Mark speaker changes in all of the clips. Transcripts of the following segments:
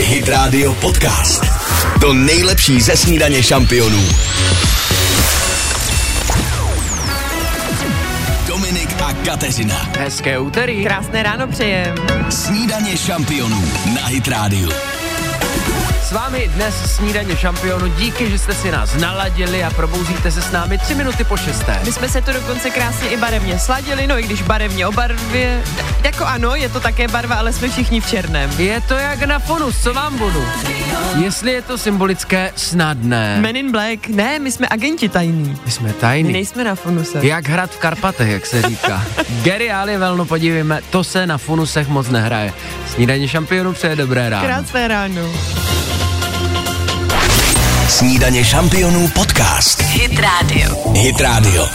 Speaker 1: Hit Radio Podcast. To nejlepší ze snídaně šampionů. Dominik a Kateřina.
Speaker 2: Hezké úterý.
Speaker 3: Krásné ráno přejem.
Speaker 1: Snídaně šampionů na Hit Radio.
Speaker 2: S vámi dnes snídaně šampionu. Díky, že jste si nás naladili a probouzíte se s námi tři minuty po šesté.
Speaker 3: My jsme se to dokonce krásně i barevně sladili, no i když barevně o barvě, jako ano, je to také barva, ale jsme všichni v černém.
Speaker 2: Je to jak na fonus, co vám budu? Jestli je to symbolické, snadné.
Speaker 3: Men in Black, ne, my jsme agenti tajní.
Speaker 2: My jsme
Speaker 3: My
Speaker 2: tajní.
Speaker 3: nejsme na funuse.
Speaker 2: Jak hrát v Karpatech, jak se říká. Geriálie velno podívejme, to se na funusech moc nehraje. Snídaně šampionu přeje dobré ráno.
Speaker 3: Krásné ráno.
Speaker 1: Snídaně šampionů podcast. Hit Radio. Hit Radio.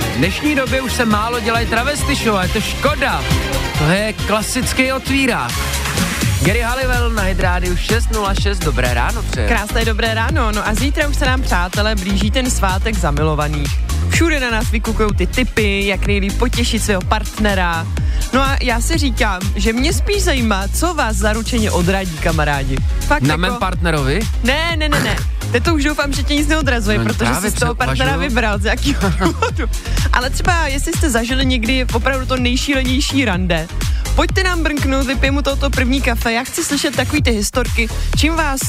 Speaker 2: V dnešní době už se málo dělají travesty show a je to škoda. To je klasický otvírák. Gary Halliwell na Hydrádiu 6.06, dobré ráno přeje.
Speaker 3: Krásné dobré ráno, no a zítra už se nám, přátelé, blíží ten svátek zamilovaných. Všude na nás vykukují ty typy, jak nejlíp potěšit svého partnera. No a já si říkám, že mě spíš zajímá, co vás zaručeně odradí, kamarádi. Fakt
Speaker 2: Na
Speaker 3: jako...
Speaker 2: mém partnerovi?
Speaker 3: Ne, ne, ne, ne. Teď to už doufám, že tě nic neodrazuje,
Speaker 2: No,
Speaker 3: no, protože
Speaker 2: právě
Speaker 3: jsi z toho partnera
Speaker 2: přeuvažuju.
Speaker 3: vybral, z jakého důvodu. Ale třeba, jestli jste zažili někdy opravdu to nejšílenější rande, pojďte nám brnknout, vypijeme tohoto první kafe, já chci slyšet takový ty historky, čím vás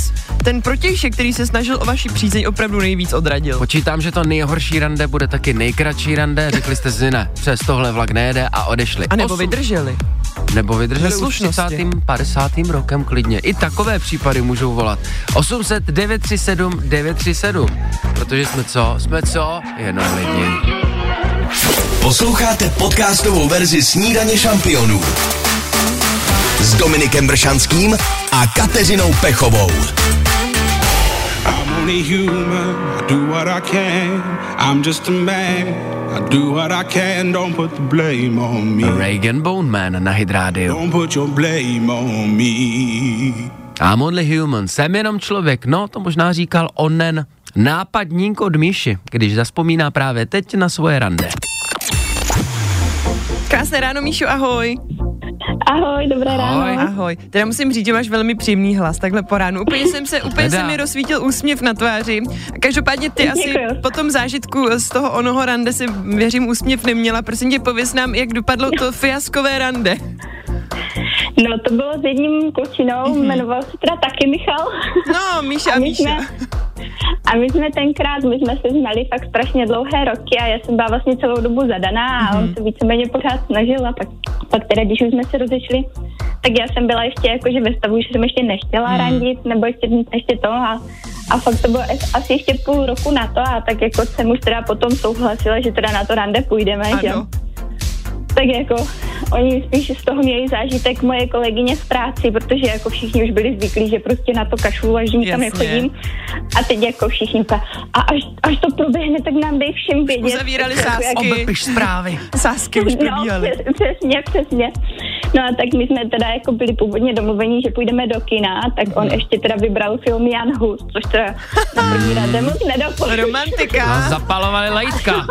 Speaker 3: ten protějšek, který se snažil o vaši přízeň, opravdu nejvíc odradil.
Speaker 2: Počítám, že to nejhorší rande bude taky nejkratší rande. Řekli jste si ne, přes tohle vlak nejede a odešli.
Speaker 3: A nebo
Speaker 2: Osm-
Speaker 3: vydrželi.
Speaker 2: Nebo vydrželi
Speaker 3: Ve
Speaker 2: už
Speaker 3: slušnosti.
Speaker 2: 30. 50. rokem klidně. I takové případy můžou volat. 800 937 937. Protože jsme co? Jsme co? Jenom lidi.
Speaker 1: Posloucháte podcastovou verzi Snídaně šampionů s Dominikem Bršanským a Kateřinou Pechovou.
Speaker 4: I'm only human, I do what I can. I'm just a man, I do what I can. Don't put the blame on me.
Speaker 2: Reagan Bone Man na Hydrádiu.
Speaker 4: Don't put your blame on me.
Speaker 2: I'm only human, jsem jenom člověk. No, to možná říkal onen nápadník od Míši, když zaspomíná právě teď na svoje rande.
Speaker 3: Krásné ráno, Míšu, ahoj.
Speaker 5: Ahoj, dobré
Speaker 2: Ahoj.
Speaker 5: ráno.
Speaker 3: Ahoj. Teda musím říct, že máš velmi příjemný hlas takhle po ránu. Úplně jsem se, úplně
Speaker 2: Teda.
Speaker 3: se mi rozsvítil úsměv na tváři. Každopádně ty asi
Speaker 5: Děkuju.
Speaker 3: po tom zážitku z toho onoho rande si, věřím, úsměv neměla. Prosím tě, pověs nám, jak dopadlo to fiaskové rande.
Speaker 5: No, to bylo s jedním klučinou, jmenoval se teda taky Michal.
Speaker 3: No, Míša a
Speaker 5: my jsme,
Speaker 3: Míša.
Speaker 5: a my jsme tenkrát, my jsme se znali fakt strašně dlouhé roky a já jsem byla vlastně celou dobu zadaná a on se víceméně pořád snažil a pak, pak teda, když už jsme se rozešli, tak já jsem byla ještě jakože ve stavu, že jsem ještě nechtěla randit nebo ještě, ještě to a, a fakt to bylo es- asi ještě půl roku na to a tak jako jsem už teda potom souhlasila, že teda na to rande půjdeme, že jo.
Speaker 3: Ano.
Speaker 5: Tak jako oni spíš z toho měli zážitek moje kolegyně z práci, protože jako všichni už byli zvyklí, že prostě na to kašlu a že nikam
Speaker 3: Jasně.
Speaker 5: nechodím. A teď jako všichni pa, a až, až to proběhne, tak nám dej všem vědět.
Speaker 3: uzavírali
Speaker 5: Tak jako
Speaker 3: sázky.
Speaker 2: Obepiš zprávy.
Speaker 3: Sásky už
Speaker 5: No,
Speaker 3: probíhaly.
Speaker 5: přes- přesně, přesně. No a tak my jsme teda jako byli původně domluveni, že půjdeme do kina, tak
Speaker 3: Mhm.
Speaker 5: on ještě teda vybral film Jan Hus, což teda na první rade moc nedoporučuji.
Speaker 2: A No,
Speaker 3: Romantika.
Speaker 2: zapalovali lajtka.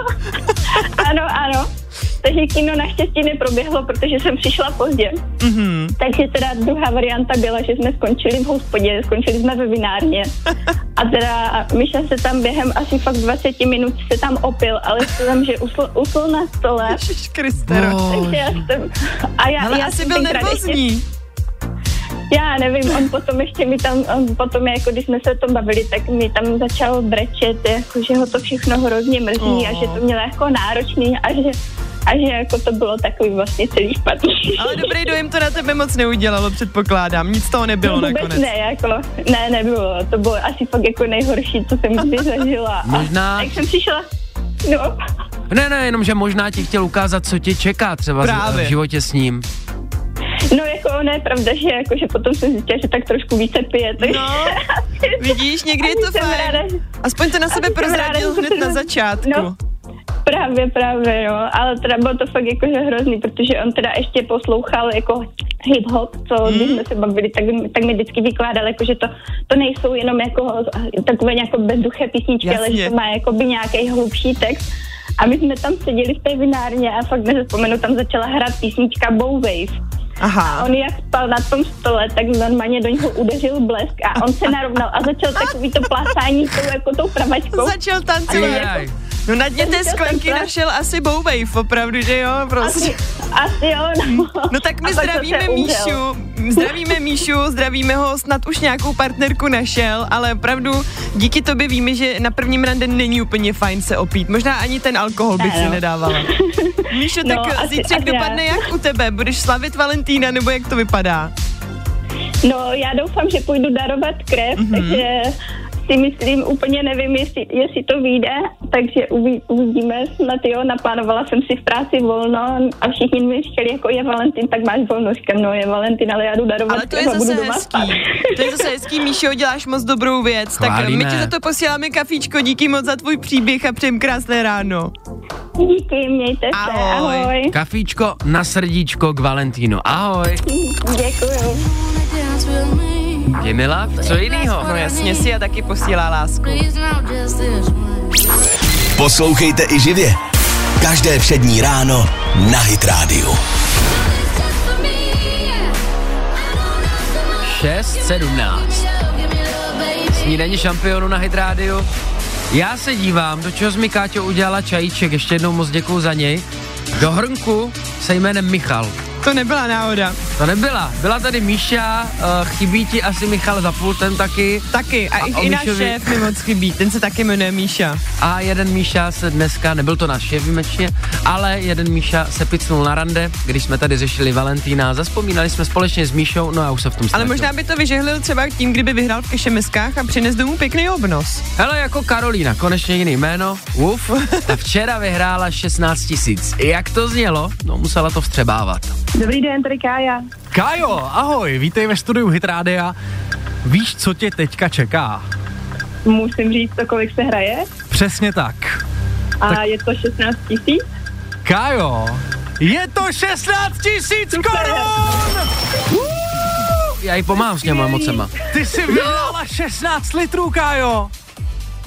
Speaker 5: Ano, ano. Takže kino naštěstí neproběhlo, protože jsem přišla pozdě.
Speaker 3: Mhm.
Speaker 5: Takže teda druhá varianta byla, že jsme skončili v hospodě, skončili jsme ve vinárně. A teda Miša se tam během asi fakt 20 minut se tam opil, ale se tam, že usl, usl na stole.
Speaker 3: Ježiš Kristero.
Speaker 2: No.
Speaker 5: Takže já jsem, a já,
Speaker 3: Ale
Speaker 5: já
Speaker 3: asi
Speaker 5: jsem
Speaker 3: byl
Speaker 5: tenkrát Ještě,
Speaker 3: nervózní.
Speaker 5: já nevím, on potom ještě mi tam, on potom jako když jsme se o tom bavili, tak mi tam začal brečet, jako, že ho to všechno hrozně mrzí a
Speaker 3: Oh.
Speaker 5: že to mělo jako náročný a že, a že jako to bylo takový vlastně celý špatný.
Speaker 3: Ale dobrý dojem to na tebe moc neudělalo, předpokládám. Nic z toho nebylo
Speaker 5: Vůbec
Speaker 3: nakonec.
Speaker 5: ne, jako, ne, nebylo. To bylo asi fakt jako nejhorší, co jsem kdy zažila. A
Speaker 2: Možná-
Speaker 5: Jak jsem přišla, no,
Speaker 2: Ne, ne, jenom, že možná ti chtěl ukázat, co tě čeká třeba z,
Speaker 3: Právě.
Speaker 2: v životě s ním.
Speaker 5: no jako ne, pravda, že jako, že potom jsem zjistila, že tak trošku více pije. Tak...
Speaker 3: No, vidíš, někdy je
Speaker 5: Ani
Speaker 3: to
Speaker 5: jsem ráda,
Speaker 3: fajn. Aspoň to na sebe
Speaker 5: jsem
Speaker 3: prozradil
Speaker 5: ráda, že
Speaker 3: hned na
Speaker 5: jsem-
Speaker 3: začátku.
Speaker 5: No. Právě, právě, no, ale teda bylo to fakt jakože hrozný, protože on teda ještě poslouchal jako hip-hop, co mm.
Speaker 3: Hmm.
Speaker 5: když jsme se bavili, tak, tak mi vždycky vykládal, jako, že to, to nejsou jenom jako takové nějaké bezduché písničky, Jasně. ale
Speaker 3: Jasně.
Speaker 5: že to má jako by nějaký hlubší text. A my jsme tam seděli v té vinárně a fakt nezapomenu, tam začala hrát písnička Bow Wave.
Speaker 3: Aha.
Speaker 5: A on jak spal na tom stole, tak normálně do něho udeřil blesk a on se narovnal a začal takový to plásání tou, jako tou pravačkou.
Speaker 3: Začal tancovat.
Speaker 2: Jaj.
Speaker 3: No na dně té sklenky našel asi Bowwave, opravdu, že jo, prostě.
Speaker 5: Asi, asi jo, no.
Speaker 3: No tak my
Speaker 5: A pak
Speaker 3: zdravíme
Speaker 5: zase umřel.
Speaker 3: Míšu, zdravíme Míšu, zdravíme ho, snad už nějakou partnerku našel, ale opravdu díky tobě víme, že na prvním rande není úplně fajn se opít. Možná ani ten alkohol bych
Speaker 5: Ne,
Speaker 3: si
Speaker 5: no.
Speaker 3: nedávala. Míšo,
Speaker 5: No,
Speaker 3: tak no,
Speaker 5: asi-
Speaker 3: zítřek
Speaker 5: asi ne.
Speaker 3: dopadne jak u tebe? Budeš slavit Valentína, nebo jak to vypadá?
Speaker 5: No, já doufám, že půjdu darovat krev,
Speaker 3: Mhm.
Speaker 5: mm-hmm. takže si myslím, úplně nevím, jestli, jestli to vyjde, takže uvi- uvidíme, snad jo, naplánovala jsem si v práci volno a všichni mi říkali, jako je Valentin, tak máš volno, říkám, no je Valentin, ale já jdu darovat
Speaker 3: Ale to
Speaker 5: krev
Speaker 3: je
Speaker 5: a budu
Speaker 3: zase
Speaker 5: doma spát.
Speaker 3: hezký. To je zase hezký, Míšo, děláš moc dobrou věc. Tak eh,
Speaker 2: Chválíme.
Speaker 3: my ti za to posíláme kafíčko, díky moc za tvůj příběh a přejem krásné ráno.
Speaker 5: Díky, mějte se,
Speaker 3: Ahoj.
Speaker 5: ahoj. ahoj.
Speaker 2: Kafíčko na srdíčko k Valentínu. Ahoj.
Speaker 5: Děkuju.
Speaker 2: Je milá, co jinýho?
Speaker 3: No jasně, si já taky posílá lásku.
Speaker 1: Poslouchejte i živě. Každé přední ráno na Hit Radio.
Speaker 2: 6.17. Snídaní šampionu na Hydrádiu. Já se dívám, do čeho jsi mi Káťo udělala čajíček, ještě jednou moc děkuju za něj. Do hrnku se jménem Michal.
Speaker 3: To nebyla náhoda.
Speaker 2: To nebyla. Byla tady Míša, eh, chybí ti asi Michal za pultem taky.
Speaker 3: Taky. A,
Speaker 2: A
Speaker 3: i,
Speaker 2: o
Speaker 3: i náš
Speaker 2: Míšovi-
Speaker 3: šéf mi moc chybí. Ten se taky jmenuje Míša.
Speaker 2: A jeden Míša se dneska, nebyl to naše výjimečně, ale jeden Míša se picnul na rande, když jsme tady řešili Valentína. Zaspomínali jsme společně s Míšou, no a už se v tom
Speaker 3: Ale
Speaker 2: ztratil.
Speaker 3: možná by to vyžehlil třeba tím, kdyby vyhrál v kešemeskách a přines domů pěkný obnos.
Speaker 2: Hele, jako Karolína, konečně jiný jméno, uf, ta včera vyhrála 16 tisíc. Jak to znělo? No, musela to vstřebávat.
Speaker 5: Dobrý den, tady Kája.
Speaker 6: Kajo, ahoj, vítej ve studiu Hitrádia. Víš, co tě teďka čeká?
Speaker 5: Musím říct to, kolik se hraje
Speaker 6: Přesně tak.
Speaker 5: a tak. je to 16 tisíc.
Speaker 6: Kajo, je to 16 tisíc korun!
Speaker 2: Já jí pomáhám s těma emocema.
Speaker 6: Ty jsi vyhrála 16 litrů, Kajo!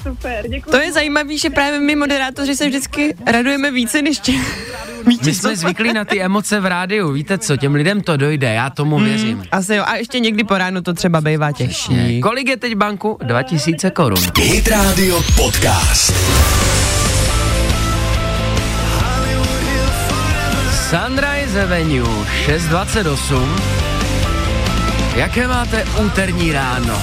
Speaker 5: Super, děkuji.
Speaker 3: To je zajímavé, že právě my moderátoři se vždycky radujeme více než tě.
Speaker 2: My jsme zvyklí na ty emoce v rádiu, víte co, těm lidem to dojde, já tomu
Speaker 6: Mhm.
Speaker 2: věřím.
Speaker 3: Asi jo, a ještě někdy po ránu to třeba bývá těžší.
Speaker 2: Kolik je teď banku? 2000 korun.
Speaker 1: Hit Radio Podcast.
Speaker 2: Sunrise Avenue 628. Jaké máte úterní ráno?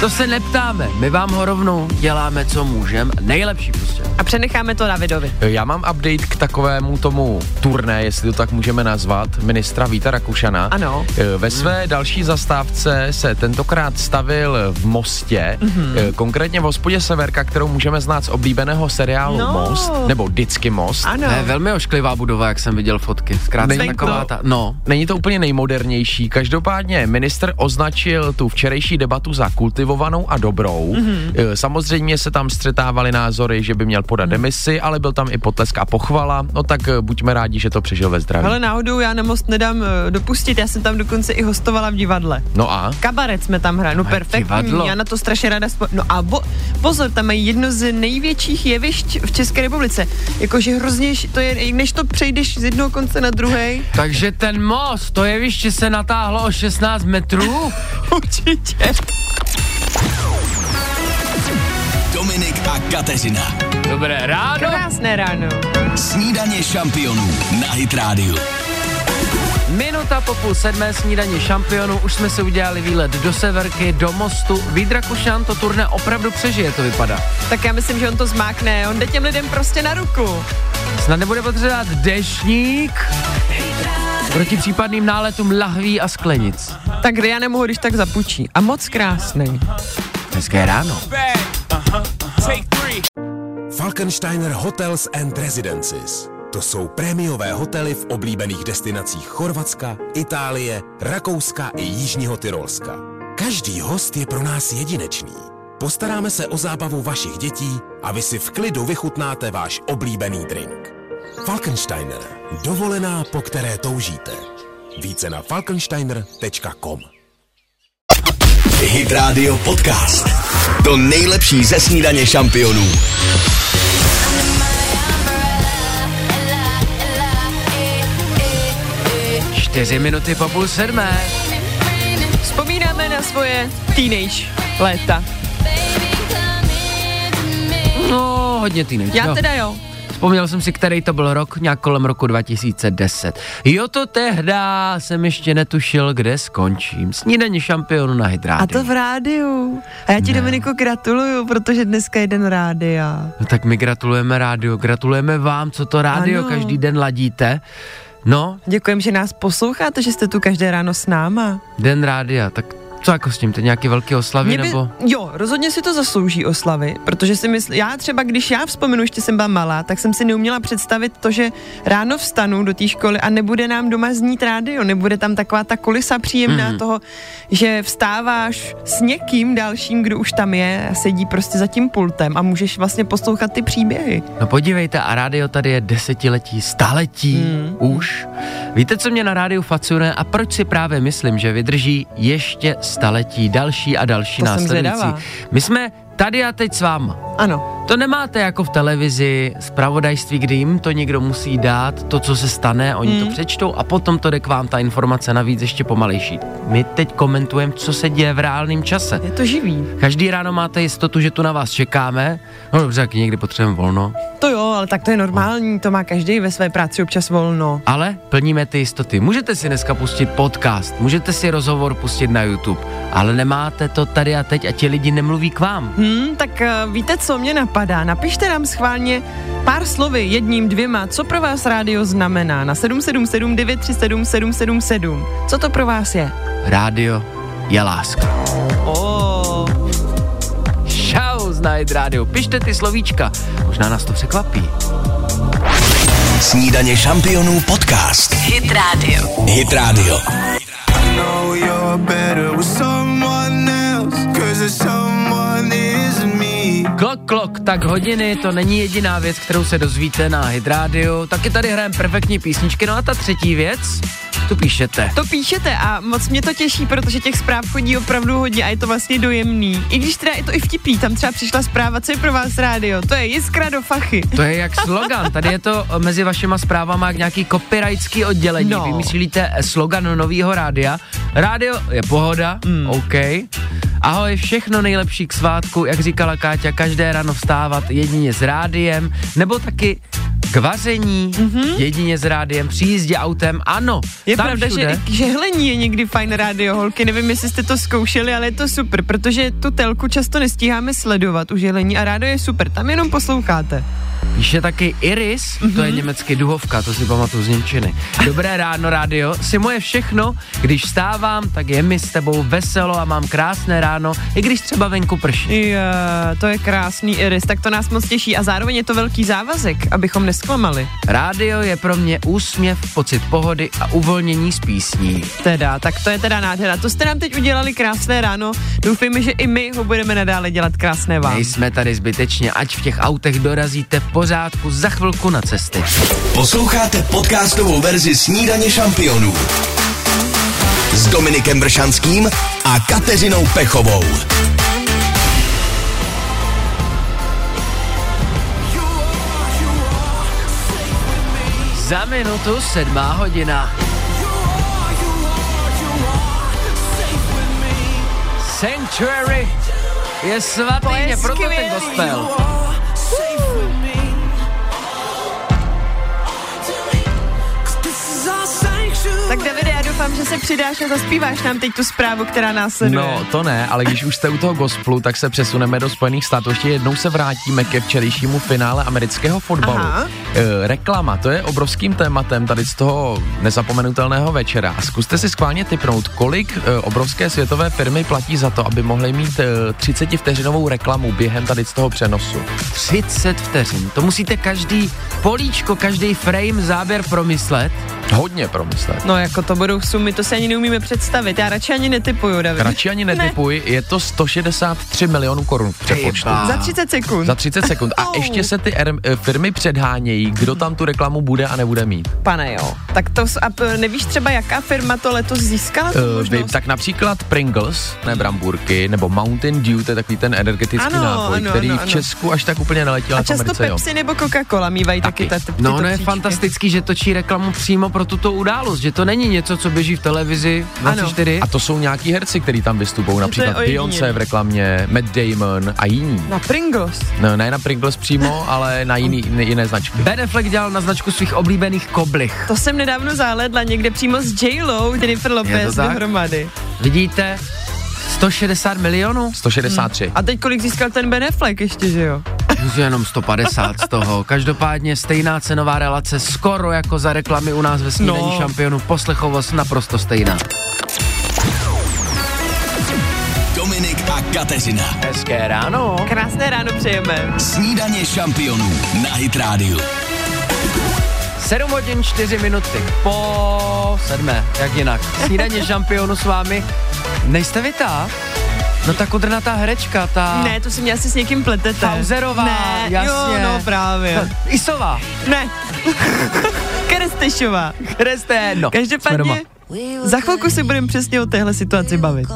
Speaker 2: To se neptáme, my vám ho rovnou děláme, co můžeme. Nejlepší prostě.
Speaker 3: A přenecháme to Davidovi.
Speaker 7: Já mám update k takovému tomu turné, jestli to tak můžeme nazvat, ministra Víta Rakušana.
Speaker 3: Ano.
Speaker 7: Eh, Ve své další zastávce se tentokrát stavil v Mostě,
Speaker 3: Mhm.
Speaker 7: mm-hmm. konkrétně v hospodě Severka, kterou můžeme znát z oblíbeného seriálu
Speaker 3: No.
Speaker 7: Most, nebo vždycky Most.
Speaker 3: Ano.
Speaker 2: To je velmi ošklivá budova, jak jsem viděl fotky. Zkrátka
Speaker 7: Není
Speaker 2: taková
Speaker 7: to-
Speaker 2: ta... No,
Speaker 7: Není to úplně nejmodernější. Každopádně minister označil tu včerejší debatu za kultivovanou a dobrou.
Speaker 3: Mhm.
Speaker 7: Mm-hmm. Samozřejmě se tam střetávaly názory, že by měl
Speaker 3: Mhm.
Speaker 7: podat demisi, ale byl tam i potlesk a pochvala. No tak eh, buďme rádi, že to přežil ve zdraví.
Speaker 3: Ale náhodou já na most nedám eh, dopustit, já jsem tam dokonce i hostovala v divadle.
Speaker 7: No a?
Speaker 3: Kabaret jsme tam hráli, no perfektní,
Speaker 2: divadlo.
Speaker 3: já na to strašně ráda spo... No a bo, pozor, tam mají jedno z největších jevišť v České republice. Jakože hrozně, š- to je, než to přejdeš z jednoho konce na druhý.
Speaker 2: takže ten most, to jeviště se natáhlo o 16 metrů.
Speaker 3: Určitě.
Speaker 1: Dominik a Kateřina.
Speaker 2: Dobré ráno.
Speaker 3: Krásné ráno.
Speaker 1: Snídaně šampionů na Hit Radio.
Speaker 2: Minuta po půl sedmé snídaní šampionu, už jsme si udělali výlet do Severky, do mostu. Vídra Kušan to turné opravdu přežije, to vypadá.
Speaker 3: Tak já myslím, že on to zmákne, on jde těm lidem prostě na ruku.
Speaker 2: Snad nebude potřebovat dešník proti případným náletům lahví a sklenic.
Speaker 3: Tak já nemohu, když tak zapučí. A moc krásný.
Speaker 2: Hezké ráno.
Speaker 8: Falkensteiner Hotels and Residences. To jsou prémiové hotely v oblíbených destinacích Chorvatska, Itálie, Rakouska i Jižního Tyrolska. Každý host je pro nás jedinečný. Postaráme se o zábavu vašich dětí a vy si v klidu vychutnáte váš oblíbený drink. Falkensteiner. Dovolená, po které toužíte. Více na falkensteiner.com
Speaker 1: Hit Radio Podcast. To nejlepší ze snídaně šampionů.
Speaker 2: Čtyři minuty po půl sedmé.
Speaker 3: Vzpomínáme na svoje teenage léta.
Speaker 2: No, hodně týdne.
Speaker 3: Já teda jo.
Speaker 2: Vzpomněl jsem si, který to byl rok, nějak kolem roku 2010. Jo, to tehda jsem ještě netušil, kde skončím. Snídaní šampionu na
Speaker 3: A
Speaker 2: hydráty.
Speaker 3: to v rádiu. A já ti, Dominiku, gratuluju, protože dneska je den rádia.
Speaker 2: No, tak my gratulujeme rádio, gratulujeme vám, co to rádio
Speaker 3: Ano.
Speaker 2: každý den ladíte. No,
Speaker 3: Děkujem, že nás posloucháte, že jste tu každé ráno s náma.
Speaker 2: den rádia, tak co jako s tím, to nějaký velký oslavy
Speaker 3: Mě
Speaker 2: nebo?
Speaker 3: Jo, rozhodně si to zaslouží oslavy, protože si myslím, já třeba, když já vzpomenu, ještě jsem byla malá, tak jsem si neuměla představit to, že ráno vstanu do té školy a nebude nám doma znít rádio, nebude tam taková ta kulisa příjemná mm. toho, že vstáváš s někým dalším, kdo už tam je a sedí prostě za tím pultem a můžeš vlastně poslouchat ty příběhy.
Speaker 2: No podívejte, a rádio tady je desetiletí, staletí
Speaker 3: Hmm.
Speaker 2: mm. už. Víte, co mě na rádiu facuje a proč si právě myslím, že vydrží ještě staletí, další a další
Speaker 3: To jsem
Speaker 2: následující.
Speaker 3: zvědavá.
Speaker 2: My jsme tady a teď s váma.
Speaker 3: Ano,
Speaker 2: To nemáte jako v televizi, zpravodajství, kdy jim to někdo musí dát, to, co se stane, oni
Speaker 3: Hmm.
Speaker 2: to přečtou a potom to jde k vám, ta informace navíc ještě pomalejší. My teď komentujeme, co se děje v reálném čase.
Speaker 3: je to živý.
Speaker 2: Každý ráno máte jistotu, že tu na vás čekáme. No dobře, jak někdy potřebujeme volno,
Speaker 3: To jo, ale tak to je normální, to má každý ve své práci občas volno.
Speaker 2: ale plníme ty jistoty. Můžete si dneska pustit podcast, můžete si rozhovor pustit na YouTube, ale nemáte to tady a teď a ti lidi nemluví k vám.
Speaker 3: Hmm, tak eh, víte, co mě napadá? Napište nám schválně pár slovy, jedním, dvěma, co pro vás rádio znamená na 777 937 777. Co to pro vás je?
Speaker 2: Rádio je láska.
Speaker 3: Oh.
Speaker 2: Čau, znajít rádio. Pište ty slovíčka, možná nás to překvapí.
Speaker 1: Snídaně šampionů podcast. Hit Radio. Hit Radio.
Speaker 9: know you're better with someone else. Cause there's someone is me.
Speaker 2: Klok, klok, tak hodiny, to není jediná věc, kterou se dozvíte na Hydrádiu. Taky tady hrajeme perfektní písničky, no a ta třetí věc, tu píšete.
Speaker 3: To píšete a moc mě to těší, protože těch zpráv chodí opravdu hodně a je to vlastně dojemný. I když teda je to i vtipný, tam třeba přišla zpráva, co je pro vás rádio. To je jiskra do fachy.
Speaker 2: To je jak slogan, tady je to eh, mezi vašima zprávama jak nějaký copyrightský oddělení.
Speaker 3: No.
Speaker 2: No. Vymyslíte eh, slogan nového rádia. Rádio je pohoda,
Speaker 3: Hmm.
Speaker 2: mm. OK. Ahoj, všechno nejlepší k svátku, jak říkala Káťa, každé ráno vstávat jedině s rádiem, nebo taky k vaření, mm-hmm. jedině s rádiem, při jízdě autem, ano.
Speaker 3: Mhm. Je
Speaker 2: tam
Speaker 3: pravda,
Speaker 2: všude.
Speaker 3: že i žehlení je někdy fajn rádio, holky. Nevím, jestli jste to zkoušeli, ale je to super, protože tu telku často nestíháme sledovat u žehlení a rádio je super, tam jenom posloucháte.
Speaker 2: Píše taky Iris, to je německy duhovka, to si pamatuju z Němčiny. Dobré ráno, rádio, si moje všechno, když stávám, tak je mi s tebou veselo a mám krásné ráno, i když třeba venku prší.
Speaker 3: Je, to je krásný Iris, tak to nás moc těší a zároveň je to velký závazek, abychom nesklamali.
Speaker 2: Rádio je pro mě úsměv, pocit pohody a uvolnění z písní.
Speaker 3: Teda, tak to je teda nádhera. To jste nám teď udělali krásné ráno, doufejme, že i my ho budeme nadále dělat krásné vám.
Speaker 2: Nejsme tady zbytečně, ať v těch autech dorazíte v pořádku za chvilku na cesty.
Speaker 1: Posloucháte podcastovou verzi Snídaně šampionů s Dominikem Bršanským a Kateřinou Pechovou.
Speaker 2: Za minutu sedmá hodina. Sanctuary je svatýně, proto ten gospel.
Speaker 3: Tak Davide, já doufám, že se přidáš a zaspíváš nám teď tu zprávu, která následuje.
Speaker 7: No, to ne, ale když už jste u toho gospelu, tak se přesuneme do Spojených států. Ještě jednou se vrátíme ke včerejšímu finále amerického fotbalu.
Speaker 3: Aha.
Speaker 7: E, reklama, to je obrovským tématem tady z toho nezapomenutelného večera. A zkuste si schválně typnout, kolik e, obrovské světové firmy platí za to, aby mohly mít e, 30 vteřinovou reklamu během tady z toho přenosu.
Speaker 2: 30 vteřin. To musíte každý políčko, každý frame, záběr promyslet.
Speaker 7: Hodně promyslet.
Speaker 3: No jako to budou sumy, to si ani neumíme představit. Já radši ani netypuju, David.
Speaker 7: Radši ani netypuj, je to 163 milionů korun v přepočtu.
Speaker 2: Ejba.
Speaker 3: Za 30 sekund.
Speaker 7: Za 30 sekund. A
Speaker 3: Au.
Speaker 7: ještě se ty er, e, firmy předhánějí, kdo tam tu reklamu bude a nebude mít.
Speaker 3: Pane jo. Tak to, s- a p- nevíš třeba, jaká firma to letos získala tu
Speaker 7: Uh, vy,
Speaker 3: možnost?
Speaker 7: tak například Pringles, ne bramburky, nebo Mountain Dew, to je takový ten energetický
Speaker 3: Ano,
Speaker 7: nápoj,
Speaker 3: ano,
Speaker 7: který
Speaker 3: ano,
Speaker 7: v
Speaker 3: ano.
Speaker 7: Česku až tak úplně neletěl, jako ale
Speaker 3: a
Speaker 7: v
Speaker 3: často
Speaker 7: Americe jo.
Speaker 3: Pepsi nebo Coca-Cola mývají taky,
Speaker 7: Taky.
Speaker 3: taky ta, ty,
Speaker 2: No,
Speaker 3: tyto
Speaker 2: ono je
Speaker 3: příčky.
Speaker 2: fantastický, že točí reklamu přímo pro tuto událost, že to není něco, co běží v televizi 24.
Speaker 7: A to jsou nějaký herci, který tam vystupují, například
Speaker 3: ojedinělý.
Speaker 7: Beyoncé v reklamě, Matt Damon a jiní.
Speaker 3: Na Pringles.
Speaker 7: No, ne na Pringles přímo, ale na jiný, ne- jiné značky.
Speaker 2: Ben Affleck dělal na značku svých oblíbených koblich.
Speaker 3: To jsem nedávno záledla někde přímo s J-Lo, Jennifer Lopez
Speaker 2: tak?
Speaker 3: dohromady.
Speaker 2: Vidíte? 160 milionů?
Speaker 7: 163.
Speaker 3: A teď kolik získal ten Ben Affleck ještě, že jo?
Speaker 2: Můžu jenom 150 z toho. Každopádně stejná cenová relace, skoro jako za reklamy u nás ve snídaní
Speaker 3: No.
Speaker 2: no. šampionů. Poslechovost naprosto stejná.
Speaker 1: Dominik a Kateřina.
Speaker 2: Hezké ráno.
Speaker 3: Krásné ráno přejeme.
Speaker 1: Snídaně šampionů na Hit Radio.
Speaker 2: 7 hodin 4 minuty po sedmé, jak jinak. Snídaně šampionu s vámi. Nejste vy ta? No ta kudrnatá herečka, ta...
Speaker 3: Ne, to si mě asi s někým pletete.
Speaker 2: Pauzerová,
Speaker 3: ne,
Speaker 2: jasně.
Speaker 3: Jo, no právě.
Speaker 2: Ta Isová.
Speaker 3: Ne. Kerestešová.
Speaker 2: Kreste, no. jsme doma.
Speaker 3: Každopádně za chvilku se budeme přesně o téhle situaci bavit.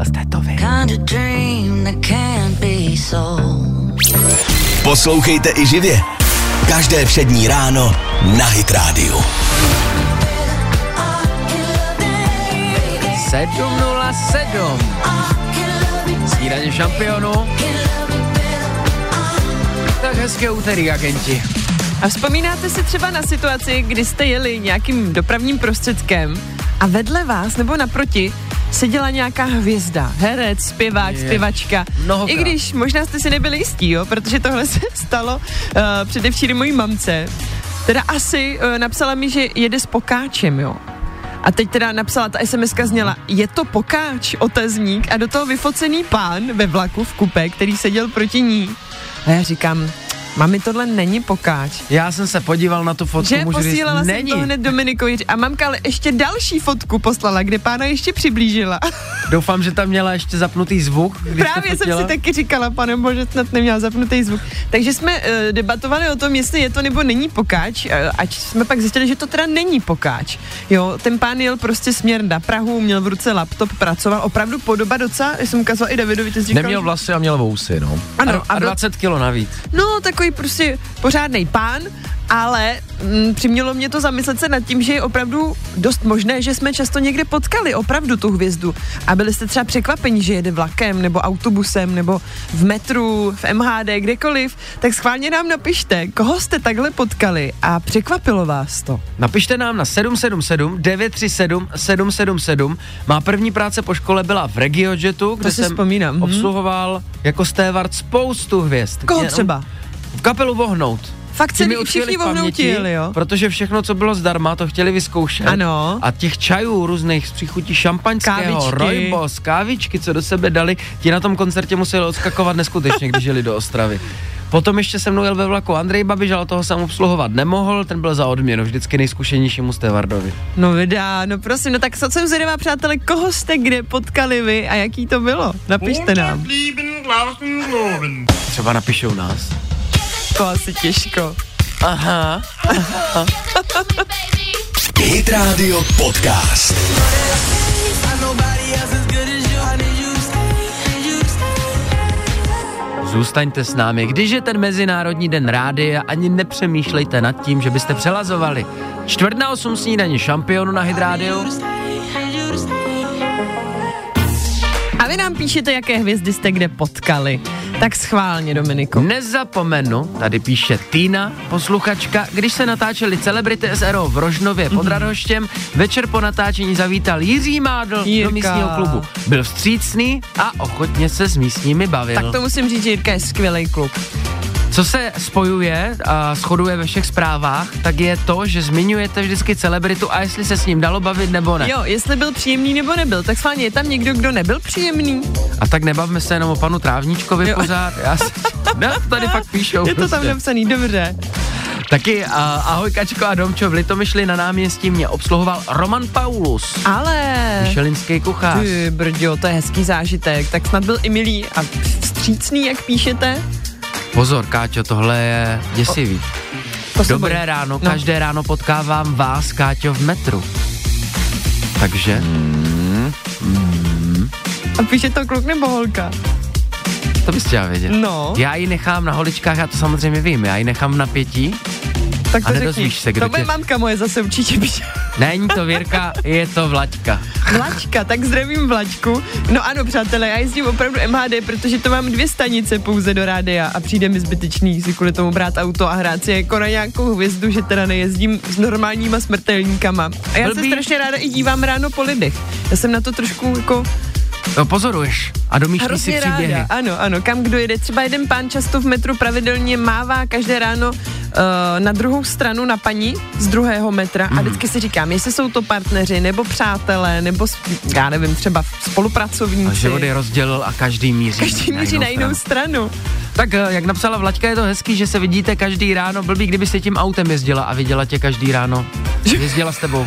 Speaker 2: A jste to vy.
Speaker 1: Poslouchejte i živě. Každé přední ráno na Hit Radio.
Speaker 2: 707. Snídaně šampionu. Tak hezké úterý, agenti.
Speaker 3: A vzpomínáte si třeba na situaci, kdy jste jeli nějakým dopravním prostředkem a vedle vás nebo naproti seděla nějaká hvězda, herec, zpěvák,
Speaker 2: Je.
Speaker 3: zpěvačka.
Speaker 2: Mnohokrát.
Speaker 3: I když možná jste si nebyli jistí, jo, protože tohle se stalo uh, předevčírem mojí mamce. Teda asi uh, napsala mi, že jede s pokáčem, jo. A teď teda napsala, ta SMSka zněla, je to pokáč, otazník a do toho vyfocený pán ve vlaku v kupe, který seděl proti ní. A já říkám, mami, tohle není pokáč.
Speaker 2: Já jsem se podíval na tu fotku,
Speaker 3: Že
Speaker 2: můžu říct,
Speaker 3: posílala jsem
Speaker 2: není.
Speaker 3: to hned Dominikovi a mamka ale ještě další fotku poslala, kde pána ještě přiblížila.
Speaker 2: Doufám, že tam měla ještě zapnutý zvuk. když to
Speaker 3: Právě jsem
Speaker 2: fotila.
Speaker 3: si taky říkala, pane bože, snad neměla zapnutý zvuk. Takže jsme eh, debatovali o tom, jestli je to nebo není pokáč, eh, ať jsme pak zjistili, že to teda není pokáč. Jo, ten pán jel prostě směr na Prahu, měl v ruce laptop, pracoval, opravdu podoba docela, já jsem ukazoval i Davidovi, ty jsi říkal,
Speaker 7: Neměl
Speaker 3: že-
Speaker 7: vlasy a měl vousy, no.
Speaker 3: Ano,
Speaker 2: A
Speaker 3: byl-
Speaker 2: 20 kilo navíc.
Speaker 3: No, takový prostě pořádný pán, ale mm, přimělo mě to zamyslet se nad tím, že je opravdu dost možné, že jsme často někde potkali opravdu tu hvězdu a byli jste třeba překvapeni, že jede vlakem nebo autobusem nebo v metru, v MHD, kdekoliv, tak schválně nám napište, koho jste takhle potkali a překvapilo vás to.
Speaker 2: Napište nám na 777 937 777. Má první práce po škole byla v RegioJetu, kde
Speaker 3: si
Speaker 2: jsem
Speaker 3: vzpomínám, hm.
Speaker 2: obsluhoval jako stévard spoustu hvězd.
Speaker 3: Koho
Speaker 2: Jenom
Speaker 3: třeba?
Speaker 2: V kapelu Vohnout.
Speaker 3: Fakt
Speaker 2: Ti
Speaker 3: se
Speaker 2: mi utkvěli
Speaker 3: všichni
Speaker 2: v paměti,
Speaker 3: vohnoutili, jo?
Speaker 2: Protože všechno, co bylo zdarma, to chtěli vyzkoušet.
Speaker 3: Ano.
Speaker 2: A těch čajů různých z příchutí šampaňského,
Speaker 3: Kávičky.
Speaker 2: rojbos, kávičky, co do sebe dali, ti na tom koncertě museli odskakovat neskutečně, když jeli do Ostravy. Potom ještě se mnou jel ve vlaku Andrej Babiš, ale toho jsem obsluhovat nemohl, ten byl za odměnu, vždycky nejzkušenějšímu Stevardovi.
Speaker 3: No vydá, no prosím, no tak co jsem zvědavá, přátelé, koho jste kde potkali vy a jaký to bylo? Napište nám.
Speaker 2: Třeba napíšou nás.
Speaker 3: To asi těžko.
Speaker 2: Aha.
Speaker 1: Hit Radio Podcast.
Speaker 2: Zůstaňte s námi. Když je ten Mezinárodní den rádia, ani nepřemýšlejte nad tím, že byste přelazovali. Čtvrt na osm snídaní šampionu na Hydrádiu.
Speaker 3: A vy nám píšete, jaké hvězdy jste kde potkali. Tak schválně, Dominiko.
Speaker 2: No, Jako- Nezapomenu, tady píše Týna, posluchačka, když se natáčeli Celebrity SRO v Rožnově
Speaker 3: Mhm.
Speaker 2: pod Radhoštěm, večer po natáčení zavítal Jiří Mádl
Speaker 3: Jirka.
Speaker 2: do místního klubu. Byl vstřícný a ochotně se s místními bavil.
Speaker 3: Tak to musím říct, že Jirka je skvělý kluk.
Speaker 2: Co se spojuje a shoduje ve všech zprávách, tak je to, že zmiňujete vždycky celebritu a jestli se s ním dalo bavit nebo ne.
Speaker 3: Jo, jestli byl příjemný nebo nebyl, tak schválně je tam někdo, kdo nebyl příjemný.
Speaker 2: A tak nebavme se jenom o panu Trávničkovi
Speaker 3: Jo.
Speaker 2: pořád. Já se, ne, tady fakt píšou.
Speaker 3: Je to tam
Speaker 2: prostě.
Speaker 3: napsaný, dobře.
Speaker 2: Taky a, ahoj Kačko a Domčo, v Litomyšli na náměstí mě obsluhoval Roman Paulus,
Speaker 3: Ale...
Speaker 2: šelinský kuchař.
Speaker 3: Ty brďo, to je hezký zážitek. Tak snad byl i milý a vstřícný, jak píšete.
Speaker 2: Pozor, Káťo, tohle je děsivý.
Speaker 3: To se bojím.
Speaker 2: Dobré ráno,
Speaker 3: No.
Speaker 2: každé ráno potkávám vás, Káťo, v metru. Takže?
Speaker 3: A píše to kluk nebo holka?
Speaker 2: To bys chtěla vědět.
Speaker 3: No.
Speaker 2: Já ji nechám na holičkách, já to samozřejmě vím, já ji nechám v napětí
Speaker 3: Tak
Speaker 2: A
Speaker 3: to řekni.
Speaker 2: nedozvíš se, kdo
Speaker 3: to bude
Speaker 2: tě-
Speaker 3: mamka moje zase určitě píše.
Speaker 2: Není to Věrka, je to Vlaďka.
Speaker 3: Vlačka, tak zdravím Vlačku. No ano, přátelé, já jezdím opravdu MHD, protože to mám dvě stanice pouze do rádia a přijde mi zbytečný si kvůli tomu brát auto a hrát si jako na nějakou hvězdu, že teda nejezdím s normálníma smrtelníkama. A já
Speaker 2: Blbý.
Speaker 3: se strašně ráda i dívám ráno po lidech. Já jsem na to trošku jako
Speaker 2: To No, pozoruješ a domýšlíš si
Speaker 3: Hrozně
Speaker 2: příběhy.
Speaker 3: ráda, ano, ano, kam kdo jede. Třeba jeden pán často v metru pravidelně mává každé ráno uh, na druhou stranu na paní z druhého metra
Speaker 2: Mhm.
Speaker 3: a vždycky si říkám, jestli jsou to partneři, nebo přátelé, nebo s- já nevím, třeba
Speaker 2: A
Speaker 3: spolupracovníci.
Speaker 2: život je rozdělil a každý míří.
Speaker 3: Každý míří na jinou stranu.
Speaker 2: Tak eh, jak napsala Vlaďka, je to hezký, že se vidíte každý ráno. Blbý, kdyby se tím autem jezdila a viděla tě každý ráno. Jezdila s tebou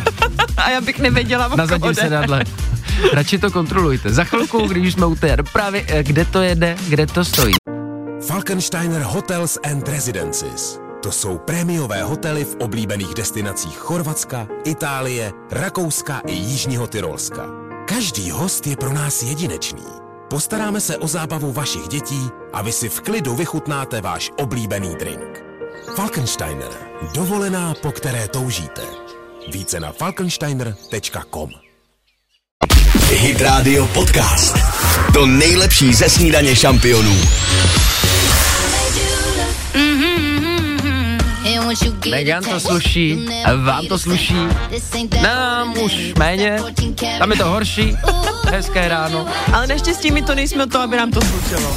Speaker 3: A já bych nevěděla, o
Speaker 2: na
Speaker 3: koho
Speaker 2: zadním
Speaker 3: jde.
Speaker 2: sedadle. Radši to kontrolujte. Za chvilku, když už jsme u té dopravy, eh, kde to jede, kde to stojí.
Speaker 8: Falkensteiner Hotels and Residences. To jsou prémiové hotely v oblíbených destinacích Chorvatska, Itálie, Rakouska i Jižního Tyrolska. Každý host je pro nás jedinečný. Postaráme se o zábavu vašich dětí a vy si v klidu vychutnáte váš oblíbený drink. Falkensteiner. Dovolená, po které toužíte. Více na falkensteiner.com
Speaker 1: Hit Radio Podcast. To nejlepší ze snídaně šampionů.
Speaker 2: Megan to sluší, vám to sluší, nám už méně, tam je to horší. Hezké ráno.
Speaker 3: Ale naštěstí my to nejsme to, aby nám to slušelo.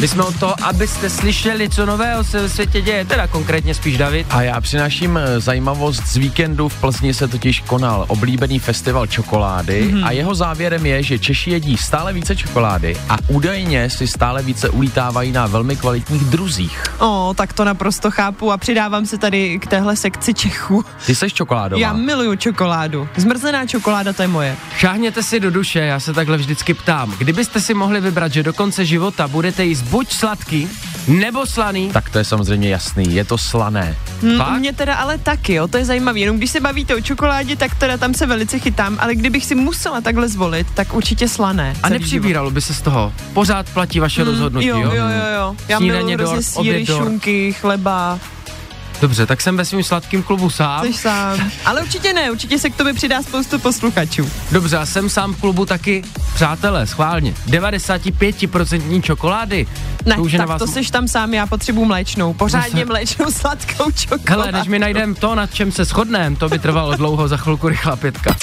Speaker 2: My jsme o to, abyste slyšeli, co nového se ve světě děje, teda konkrétně spíš David.
Speaker 7: A já přináším eh, zajímavost z víkendu. V Plzni se totiž konal oblíbený festival čokolády
Speaker 2: Mhm.
Speaker 7: mm-hmm. a jeho závěrem je, že Češi jedí stále více čokolády a údajně si stále více ulítávají na velmi kvalitních druzích.
Speaker 3: O, tak to naprosto chápu a přidávám se tady k téhle sekci Čechů.
Speaker 7: Ty seš čokoládová.
Speaker 3: Já miluju čokoládu. Zmrzlená čokoláda, to je moje.
Speaker 2: Šáhněte si do duše, já se takhle vždycky ptám. Kdybyste si mohli vybrat, že do konce života budete jíst buď sladký, nebo slaný,
Speaker 7: Tak to je samozřejmě jasný, je to slané.
Speaker 3: Mm,
Speaker 2: Fakt?
Speaker 3: u mě teda ale taky, jo, to je zajímavé. Jenom když se bavíte o čokoládě, tak teda tam se velice chytám, ale kdybych si musela takhle zvolit, tak určitě slané.
Speaker 2: a
Speaker 3: celý život.
Speaker 2: nepřibíralo by se z toho. Pořád platí vaše rozhodnutí,
Speaker 3: Mm, jo,
Speaker 2: jo?
Speaker 3: jo, jo, jo. Já
Speaker 2: Snídaně
Speaker 3: miluji
Speaker 2: dort,
Speaker 3: hrozně síry,
Speaker 2: oběd dort.
Speaker 3: šunky, chleba,
Speaker 2: Dobře, tak jsem ve svým sladkým klubu sám.
Speaker 3: jsi sám. Ale určitě ne, určitě se k tobě přidá spoustu posluchačů.
Speaker 2: Dobře, a jsem sám v klubu taky, přátelé, schválně. 95% čokolády.
Speaker 3: Ne,
Speaker 2: to už je na
Speaker 3: tak
Speaker 2: vás...
Speaker 3: to seš tam sám, já potřebuji mléčnou, pořádně
Speaker 2: Zase.
Speaker 3: mléčnou sladkou čokoládu.
Speaker 2: Hele, než mi najdem to, nad čem se shodneme, to by trvalo dlouho, za chvilku rychlá pětka.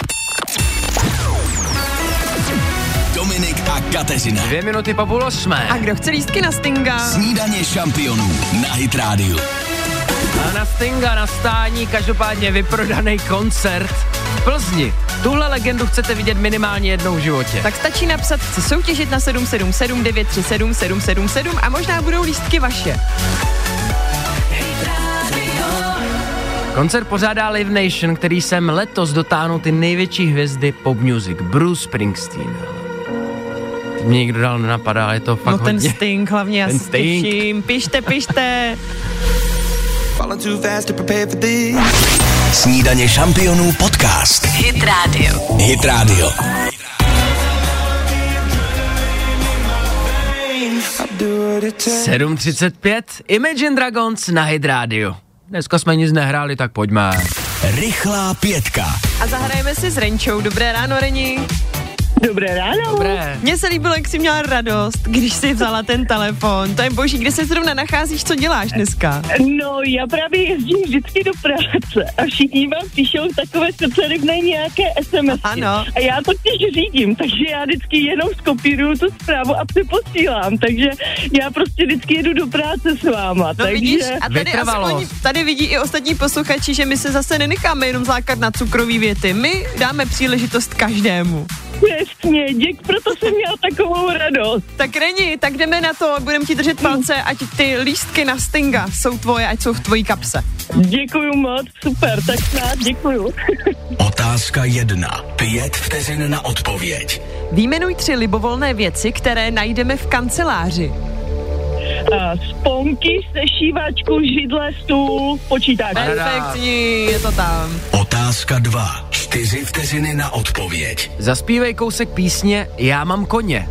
Speaker 1: Dominik a Kateřina.
Speaker 2: Dvě minuty po půl osmé.
Speaker 3: A kdo chce lístky na Stinga?
Speaker 1: Snídaně šampionů na Hit Radio.
Speaker 2: A na Stinga na stání každopádně vyprodaný koncert v Plzni. Tuhle legendu chcete vidět minimálně jednou v životě. Tak
Speaker 3: Tak stačí napsat, chci soutěžit na 777 937 777 a možná budou lístky vaše.
Speaker 2: koncert pořádá Live Nation, který sem letos dotáhnou ty největší hvězdy pop music. Bruce Springsteen. Teď mě nikdo dál nenapadá, ale je to fakt
Speaker 3: no ten
Speaker 2: hodně.
Speaker 3: Sting hlavně, já
Speaker 2: Ten
Speaker 3: se
Speaker 2: Sting.
Speaker 3: těším. Pište, pište.
Speaker 9: Falling too fast to prepare for this.
Speaker 1: Snídaně šampionů podcast. Hit Radio. Hit Radio.
Speaker 9: I do what it takes.
Speaker 2: 7.35, Imagine Dragons na Hit Radio. Dneska jsme nic nehráli, tak pojďme.
Speaker 1: Rychlá pětka.
Speaker 3: A zahrajeme si s Renčou. Dobré ráno, Reni.
Speaker 10: Dobré ráno.
Speaker 2: Dobré.
Speaker 3: Mně se líbilo, jak jsi měla radost, když jsi vzala ten telefon. To je boží, kde se zrovna nacházíš, co děláš dneska?
Speaker 2: Eh,
Speaker 10: No, já právě jezdím vždycky do práce a všichni vám píšou takové srdcerybné nějaké SMS.
Speaker 3: Ano.
Speaker 10: A já to těž řídím, takže já vždycky jenom skopíruju tu zprávu a přeposílám. Takže já prostě vždycky jedu do práce s váma.
Speaker 3: No
Speaker 10: takže...
Speaker 3: vidíš, a tady,
Speaker 2: Vytrvalost.
Speaker 3: aspoň, tady vidí i ostatní posluchači, že my se zase nenecháme jenom zlákat na cukrový věty. My dáme příležitost každému.
Speaker 10: Přesně, děk, proto jsem měla takovou radost.
Speaker 3: Tak Reni, tak jdeme na to, budeme ti držet palce, ať ty lístky na Stinga jsou tvoje, ať jsou v tvojí kapse.
Speaker 10: Děkuju moc, super, tak snad děkuju.
Speaker 1: Otázka jedna. Pět vteřin na odpověď.
Speaker 3: Výjmenuj tři libovolné věci, které najdeme v kanceláři.
Speaker 10: A sponky, sešívačku, židle, stůl, počítač.
Speaker 3: Perfektní, je to tam.
Speaker 1: Otázka dva. Čtyři vteřiny na odpověď.
Speaker 2: Zaspívej kousek písně Já mám koně.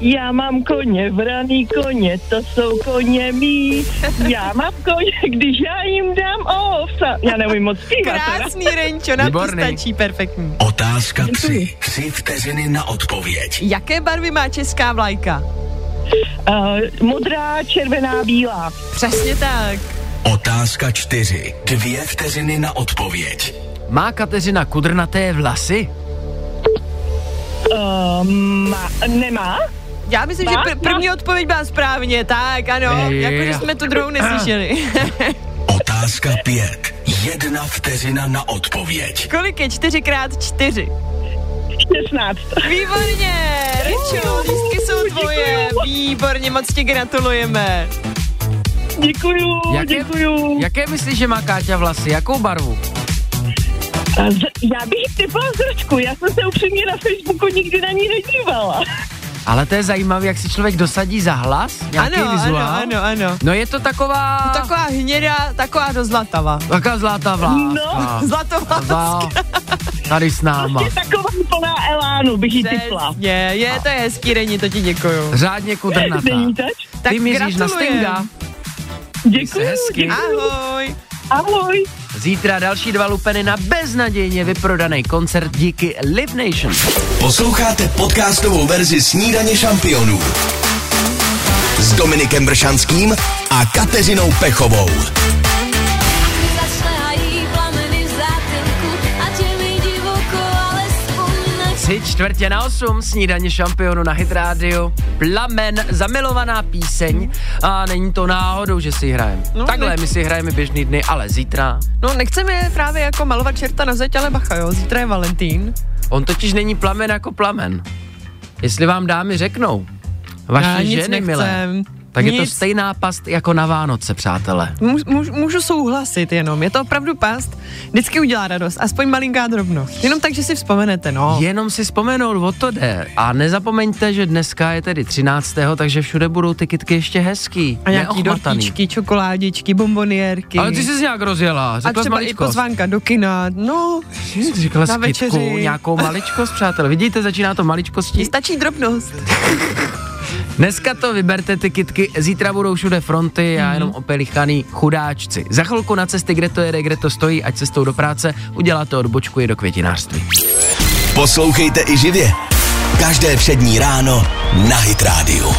Speaker 10: Já mám koně, vraný koně, to jsou koně mý. Já mám koně, když já jim dám ovsa. Já nevím moc zpívat. teda.
Speaker 3: Krásný renčo, na to
Speaker 10: Výborný.
Speaker 3: stačí, perfektní.
Speaker 1: Otázka 3. 3 vteřiny na odpověď.
Speaker 3: Jaké barvy má česká vlajka?
Speaker 10: Uh, modrá, červená, bílá.
Speaker 3: Přesně tak.
Speaker 1: Otázka 4. 2 vteřiny na odpověď.
Speaker 2: Má Kateřina kudrnaté vlasy?
Speaker 10: Um, nemá?
Speaker 3: Já myslím, že
Speaker 10: Má?
Speaker 3: pr- první odpověď byla správně, tak ano,
Speaker 1: Ej,
Speaker 3: jakože
Speaker 1: já-
Speaker 3: jsme tu druhou neslyšeli.
Speaker 1: Otázka 5. 1 vteřina na odpověď.
Speaker 3: Kolik je 4 x 4?
Speaker 10: 16.
Speaker 3: Výborně! Ričo, lístky jsou tvoje. Výborně, moc ti gratulujeme.
Speaker 10: Děkuju,
Speaker 2: Jaké,
Speaker 10: děkuju.
Speaker 2: Jaké myslíš, že má Káťa vlasy? Jakou barvu?
Speaker 10: A z- Já bych typla zrčku, já jsem se upřímně na Facebooku nikdy na ní nedívala.
Speaker 2: Ale to je zajímavé, jak si člověk dosadí za hlas, nějaký
Speaker 3: Ano, ano,
Speaker 2: vizuál.
Speaker 3: ano, ano.
Speaker 2: No je to taková...
Speaker 3: Taková hněda, taková do zlatava.
Speaker 2: Taková zlatá vláska.
Speaker 3: No, zlatová.
Speaker 2: Vá- Tady s náma.
Speaker 10: Taková plná elánu bych ji typla.
Speaker 3: Je, je, to je hezký, Reni, to ti děkuju.
Speaker 2: Řádně kudrnatá.
Speaker 10: Není tač?
Speaker 3: Tak
Speaker 2: Ty míříš na
Speaker 3: gratulujem.
Speaker 2: Stinga.
Speaker 10: Děkuju,
Speaker 2: hezky.
Speaker 10: děkuju.
Speaker 3: Ahoj.
Speaker 10: Ahoj.
Speaker 2: Zítra další dva lupeny na beznadějně vyprodaný koncert díky Live Nation.
Speaker 1: Posloucháte podcastovou verzi Snídaně šampionů s Dominikem Bršanským a Kateřinou Pechovou.
Speaker 2: Tři čtvrtě na osm, snídaně šampionu na Hit Radio. Plamen, zamilovaná píseň. A není to náhodou, že si ji hrajeme.
Speaker 3: No,
Speaker 2: Takhle
Speaker 3: ne-
Speaker 2: my si hrajeme běžný dny, ale zítra.
Speaker 3: No, nechceme právě jako malovat čerta na zeď, ale bacha, jo, zítra je Valentín.
Speaker 2: On totiž není plamen jako plamen. Jestli vám dámy řeknou, vaše
Speaker 3: Já nic
Speaker 2: ženy,
Speaker 3: nechcem.
Speaker 2: milé, tak je to
Speaker 3: Nic.
Speaker 2: stejná past jako na Vánoce, přátelé.
Speaker 3: Můž, můž, můžu souhlasit jenom, je to opravdu past, vždycky udělá radost, aspoň malinká drobnost. Jenom tak, že si vzpomenete, no.
Speaker 2: Jenom si vzpomenout, o to jde. A nezapomeňte, že dneska je tedy 13., takže všude budou ty kytky ještě hezký.
Speaker 3: A nějaký
Speaker 2: neochmataný.
Speaker 3: dortičky, čokoládičky, bomboniérky.
Speaker 2: Ale ty jsi nějak rozjela,
Speaker 3: a
Speaker 2: řekla jsi
Speaker 3: třeba i
Speaker 2: maličkost.
Speaker 3: pozvánka do kina, no,
Speaker 2: Jsi Říkala
Speaker 3: na
Speaker 2: na
Speaker 3: večeři.
Speaker 2: nějakou maličkost, přátel. Vidíte, začíná to
Speaker 3: Ti
Speaker 2: maličkostí.
Speaker 3: stačí drobnost.
Speaker 2: Dneska to vyberte ty kitky, zítra budou všude fronty
Speaker 3: Mhm.
Speaker 2: a jenom opelichaný chudáčci. Za chvilku na cesty, kde to jede, kde to stojí, ať cestou do práce, uděláte odbočku i do květinářství.
Speaker 1: Poslouchejte i živě. Každé přední ráno na Hit Radio.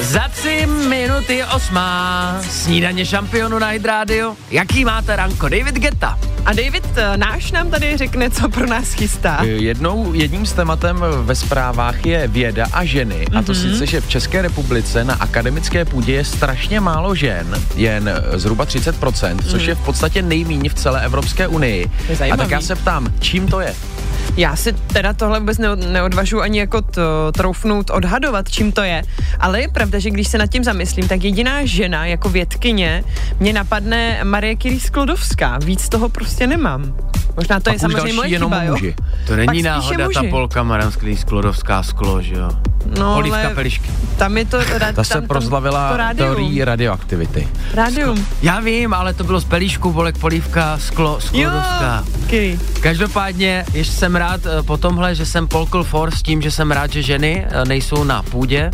Speaker 2: Za tři minuty osmá, snídaně šampionu na Hydrádio. Jaký máte ranko? David Geta.
Speaker 3: A David eh, náš nám tady řekne, co pro nás chystá.
Speaker 7: E, Jednou, jedním z tématem ve zprávách je věda a ženy. A to
Speaker 3: Mhm.
Speaker 7: sice, že v České republice na akademické půdě je strašně málo žen, jen eh, zhruba 30%, což
Speaker 3: Mm.
Speaker 7: je v podstatě nejméně v celé Evropské unii.
Speaker 3: To je
Speaker 7: A
Speaker 3: zajímavý.
Speaker 7: tak já se ptám, čím to je?
Speaker 3: Já si teda tohle vůbec neo- neodvažu ani jako to, troufnout, odhadovat, čím to je. Ale je pravda, že když se nad tím zamyslím, tak jediná žena jako vědkyně mě napadne Marie Curie Sklodovská. Víc toho prostě nemám. Možná to
Speaker 7: Pak
Speaker 3: je
Speaker 7: už
Speaker 3: samozřejmě
Speaker 7: další
Speaker 3: moje
Speaker 7: jenom
Speaker 3: chyba,
Speaker 7: muži.
Speaker 3: jo?
Speaker 2: To
Speaker 3: Pak
Speaker 2: není
Speaker 3: spíše
Speaker 2: náhoda ta
Speaker 3: muži.
Speaker 2: polka Maramsklý sklodovská sklo, že jo?
Speaker 3: No,
Speaker 2: Olivka
Speaker 3: ale
Speaker 2: pelišky.
Speaker 3: Tam je to... Ra-
Speaker 7: Ta se
Speaker 3: tam, to
Speaker 7: prozlavila
Speaker 3: rádium.
Speaker 7: teorií radioaktivity.
Speaker 3: tam, rádium.
Speaker 2: Já vím, ale to bylo z pelíšku, bolek, polívka, sklo,
Speaker 3: Jo,
Speaker 2: sklodovská.
Speaker 3: Curie.
Speaker 2: Každopádně, ještě jsem rád eh, po tomhle, že jsem polkl for s tím, že jsem rád, že ženy eh, nejsou na půdě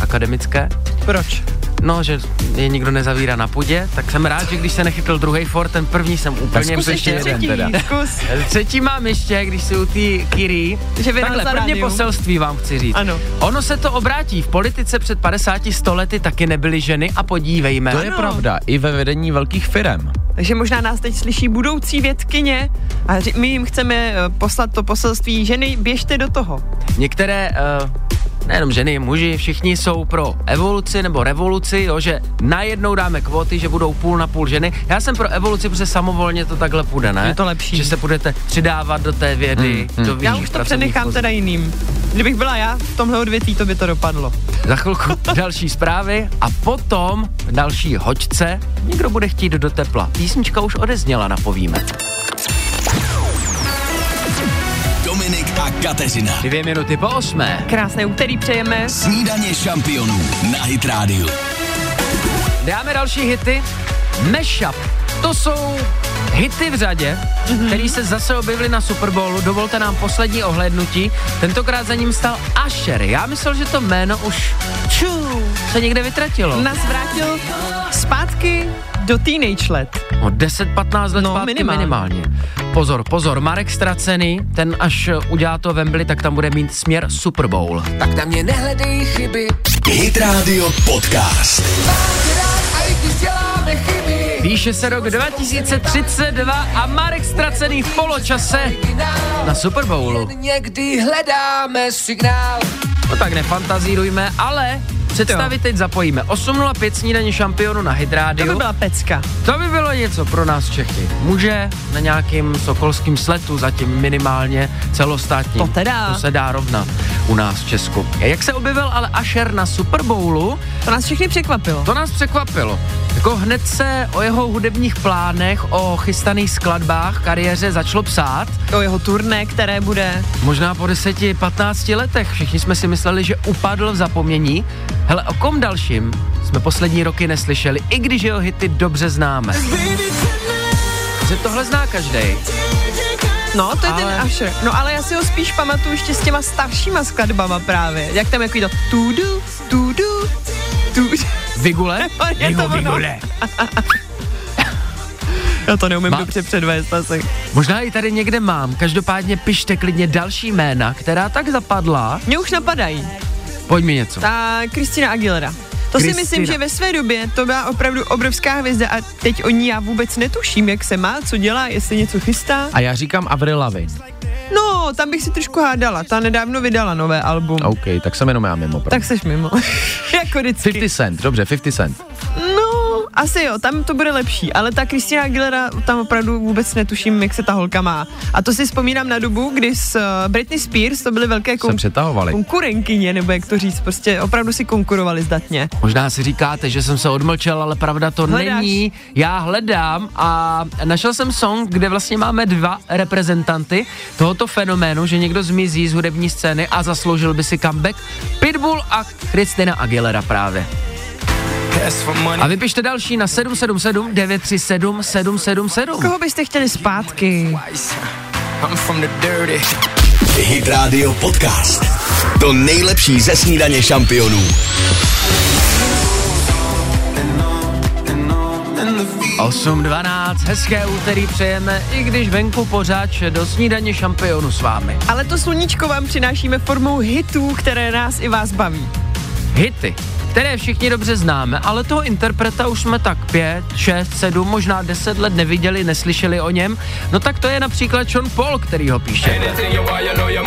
Speaker 2: akademické.
Speaker 3: Proč?
Speaker 2: No, že je nikdo nezavírá na půdě, tak jsem rád, že když se nechytl druhý for, ten první jsem úplně
Speaker 7: zkus ještě
Speaker 2: přešel.
Speaker 7: jeden.
Speaker 3: Třetí,
Speaker 7: teda.
Speaker 3: zkus.
Speaker 2: Třetí mám ještě, když si u té Kiri.
Speaker 3: Že vydal
Speaker 2: Takhle,
Speaker 3: za
Speaker 2: prvně
Speaker 3: rádium.
Speaker 2: poselství vám chci říct.
Speaker 3: Ano.
Speaker 2: Ono se to obrátí. V politice před 50 stolety taky nebyly ženy a podívejme.
Speaker 7: To je pravda, i ve vedení velkých firm.
Speaker 3: Takže možná nás teď slyší budoucí vědkyně a ři- my jim chceme eh, poslat to poselství ženy, běžte do toho.
Speaker 2: Některé, uh, nejenom ženy, muži, všichni jsou pro evoluci nebo revoluci, jo, že najednou dáme kvóty, že budou půl na půl ženy. Já jsem pro evoluci, protože samovolně to takhle půjde, ne?
Speaker 3: Je to lepší.
Speaker 2: Že se budete přidávat do té vědy,
Speaker 7: Mm, mm.
Speaker 2: do
Speaker 3: Já
Speaker 2: jiných
Speaker 3: už to
Speaker 2: pracovních
Speaker 3: přenechám
Speaker 2: pozic.
Speaker 3: teda jiným. Kdybych byla já v tomhle odvětví, to by to dopadlo.
Speaker 2: Za chvilku další zprávy a potom v další hoďce. Někdo bude chtít do tepla. Písnička už odezněla, napovíme.
Speaker 1: Dominik a Kateřina.
Speaker 2: Dvě minuty po osmé.
Speaker 3: Krásné úterý přejeme.
Speaker 1: Snídaně šampionů na Hit Radio.
Speaker 2: Dáme další hity. Mashup. To jsou hity v řadě,
Speaker 3: Mhm.
Speaker 2: mm-hmm. který se zase objevily na Super Bowlu. Dovolte nám poslední ohlédnutí. Tentokrát za ním stal Asher. Já myslel, že to jméno už čů, se někde vytratilo.
Speaker 3: Nás vrátil zpátky do teenage let.
Speaker 2: O 10-15 let
Speaker 3: No,
Speaker 2: zpátky
Speaker 3: minimálně.
Speaker 2: minimálně. Pozor, pozor, Marek Stracený, ten až eh, udělá to Wembley, tak tam bude mít směr Super Bowl.
Speaker 11: Tak na mě nehledej chyby.
Speaker 1: Hit Radio Podcast.
Speaker 2: Píše se rok 2032 a Marek Stracený v poločase na Super Bowlu.
Speaker 11: Někdy hledáme signál.
Speaker 2: No tak nefantazírujme, ale představy teď zapojíme. 8.05 snídaní šampionu na Hydrádiu.
Speaker 3: To by byla pecka.
Speaker 2: To by bylo něco pro nás Čechy. Může na nějakým sokolským sletu, zatím minimálně celostátní.
Speaker 3: To teda.
Speaker 2: To se dá rovnat u nás v Česku. A jak se objevil ale Asher na Super Bowlu,
Speaker 3: To nás všechny překvapilo.
Speaker 2: to nás překvapilo. Jako hned se o jeho hudebních plánech, o chystaných skladbách, kariéře začalo psát.
Speaker 3: O jeho turné, které bude.
Speaker 2: Možná po 10-15 letech všichni jsme si mysleli, že upadl v zapomnění. Hele, o kom dalším jsme poslední roky neslyšeli, i když jeho hity dobře známe. Že tohle zná každý.
Speaker 3: No, to je ale...
Speaker 2: Ale-
Speaker 3: ten Asher. No ale já si ho spíš pamatuju ještě s těma staršíma skladbama právě. Jak tam jaký to tudu, tudu, tudu.
Speaker 2: Vigule?
Speaker 3: Je to ono. Já to neumím
Speaker 2: Má-
Speaker 3: dobře předvést asi.
Speaker 2: Možná ji tady někde mám. Každopádně pište klidně další jména, která tak zapadla.
Speaker 3: Mě už napadají.
Speaker 2: Pojď mi něco.
Speaker 3: Ta Kristina Aguilera. To si
Speaker 2: Christina.
Speaker 3: myslím, že ve své době to byla opravdu obrovská hvězda a teď o ní já vůbec netuším, jak se má, co dělá, jestli něco chystá.
Speaker 7: A já říkám Avril Lavigne.
Speaker 3: No, tam bych si trošku hádala. Ta nedávno vydala nové album. Oh.
Speaker 7: OK, tak jsem jenom já mimo. Tak
Speaker 3: Tak seš mimo. jako vždycky.
Speaker 7: 50 Cent, dobře, 50 Cent.
Speaker 3: No, asi jo, tam to bude lepší, ale ta Kristina Aguilera, tam opravdu vůbec netuším, jak se ta holka má. A to si vzpomínám na dobu, kdy s eh, Britney Spears to byly velké
Speaker 7: Se
Speaker 3: kon-
Speaker 7: přetahovali.
Speaker 3: konkurenkyně, nebo jak to říct, prostě opravdu si konkurovali zdatně.
Speaker 2: Možná si říkáte, že jsem se odmlčel, ale pravda to
Speaker 3: Hledáš?
Speaker 2: není. Já hledám a našel jsem song, kde vlastně máme dva reprezentanty tohoto fenoménu, že někdo zmizí z hudební scény a zasloužil by si comeback. Pitbull a Christina Aguilera právě. A vypište další na 777 937 777.
Speaker 3: Koho byste chtěli zpátky?
Speaker 1: Hit Radio Podcast. To nejlepší ze snídaně šampionů.
Speaker 2: 8.12, hezké úterý přejeme, i když venku pořád do snídaně šampionu s vámi.
Speaker 3: Ale to sluníčko vám přinášíme formou hitů, které nás i vás baví.
Speaker 2: hity, které všichni dobře známe, ale toho interpreta už jsme tak pět, šest, sedm, možná deset let neviděli, neslyšeli o něm. No tak to je například Sean Paul, který ho píše.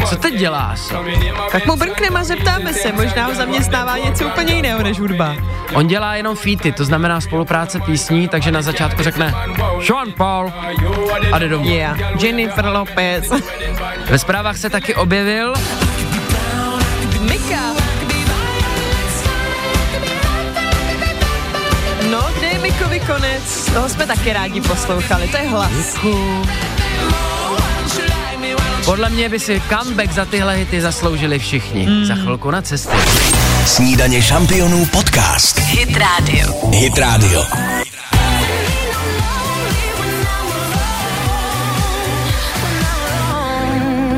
Speaker 2: Co teď dělá asi?
Speaker 3: Tak mu brnkneme a zeptáme se, možná ho zaměstnává něco úplně jiného než hudba.
Speaker 2: On dělá jenom featy, to znamená spolupráce písní, takže na začátku řekne Sean Paul a jde domů.
Speaker 3: Yeah, Jennifer Lopez.
Speaker 2: Ve zprávách se taky objevil
Speaker 3: Mika. No, kde je Mikovi konec? Toho jsme taky rádi poslouchali, to je hlas.
Speaker 2: Podle mě by si comeback za tyhle hity zasloužili všichni. Mm. Za chvilku na cestě.
Speaker 1: Snídaně šampionů podcast.
Speaker 12: Hit Radio.
Speaker 1: Hit Radio.
Speaker 12: Mm,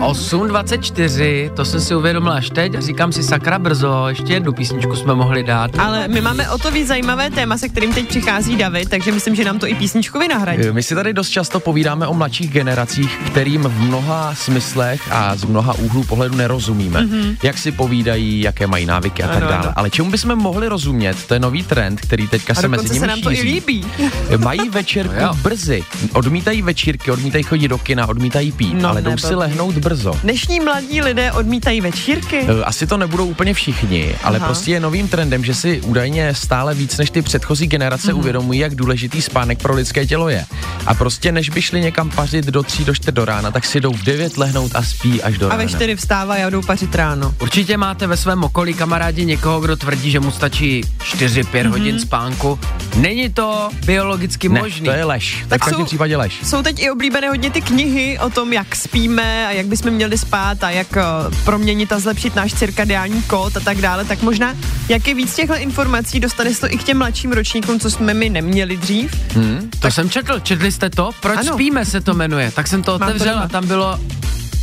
Speaker 2: 8.24, to jsem si uvědomil až teď a říkám si sakra brzo, ještě jednu písničku jsme mohli dát.
Speaker 3: Ale my máme o to víc zajímavé téma, se kterým teď přichází David, takže myslím, že nám to i písničku vynahradí.
Speaker 7: My si tady dost často povídáme o mladších generacích, kterým v mnoha smyslech a z mnoha úhlů pohledu nerozumíme. Mm-hmm. Jak si povídají, jaké mají návyky a tak
Speaker 3: Mhm. Ano, ano.
Speaker 7: dále. Ale čemu bychom mohli rozumět, to je nový trend, který teďka
Speaker 3: A
Speaker 7: se mezi
Speaker 3: dokonce
Speaker 7: nimi
Speaker 3: se nám to i
Speaker 7: šíří.
Speaker 3: líbí.
Speaker 7: Mají večerku
Speaker 2: No jo.
Speaker 7: brzy. Odmítají večírky, odmítají chodit do kina, odmítají pít,
Speaker 3: No,
Speaker 7: ale jdou
Speaker 3: neblbý.
Speaker 7: si lehnout brzo.
Speaker 3: Dnešní mladí lidé odmítají večírky.
Speaker 7: Eh, Asi to nebudou úplně všichni, ale
Speaker 3: Aha.
Speaker 7: Aha. prostě je novým trendem, že si údajně stále víc než ty předchozí generace
Speaker 3: Mhm.
Speaker 7: mm-hmm. uvědomují, jak důležitý spánek pro lidské tělo je. A prostě než by šli někam pařit do 3 do 4 do rána, tak si jdou v 9 lehnout a spí až do
Speaker 3: A ve
Speaker 7: rána.
Speaker 3: čtyři vstávají a jdou pařit ráno.
Speaker 2: Určitě máte ve svém okolí kamarádi někoho, kdo tvrdí, že mu stačí 4-5 mm-hmm. hodin spánku. Není to biologicky
Speaker 7: ne,
Speaker 2: možný.
Speaker 7: to je lež. Tak
Speaker 3: Tak
Speaker 7: v každém
Speaker 3: jsou-
Speaker 7: případě lež.
Speaker 3: Jsou teď i oblíbené hodně ty knihy o tom, jak spíme a jak by jsme měli spát a jak uh, proměnit a zlepšit náš cirkadiální kód a tak dále, tak možná jak je víc těchto informací, dostane se to i k těm mladším ročníkům, co jsme my neměli dřív.
Speaker 2: Hmm, to tak. jsem četl, četli jste to? Proč ano. spíme se to jmenuje? Tak jsem to
Speaker 3: Mám to
Speaker 2: otevřel a
Speaker 3: doma.
Speaker 2: tam bylo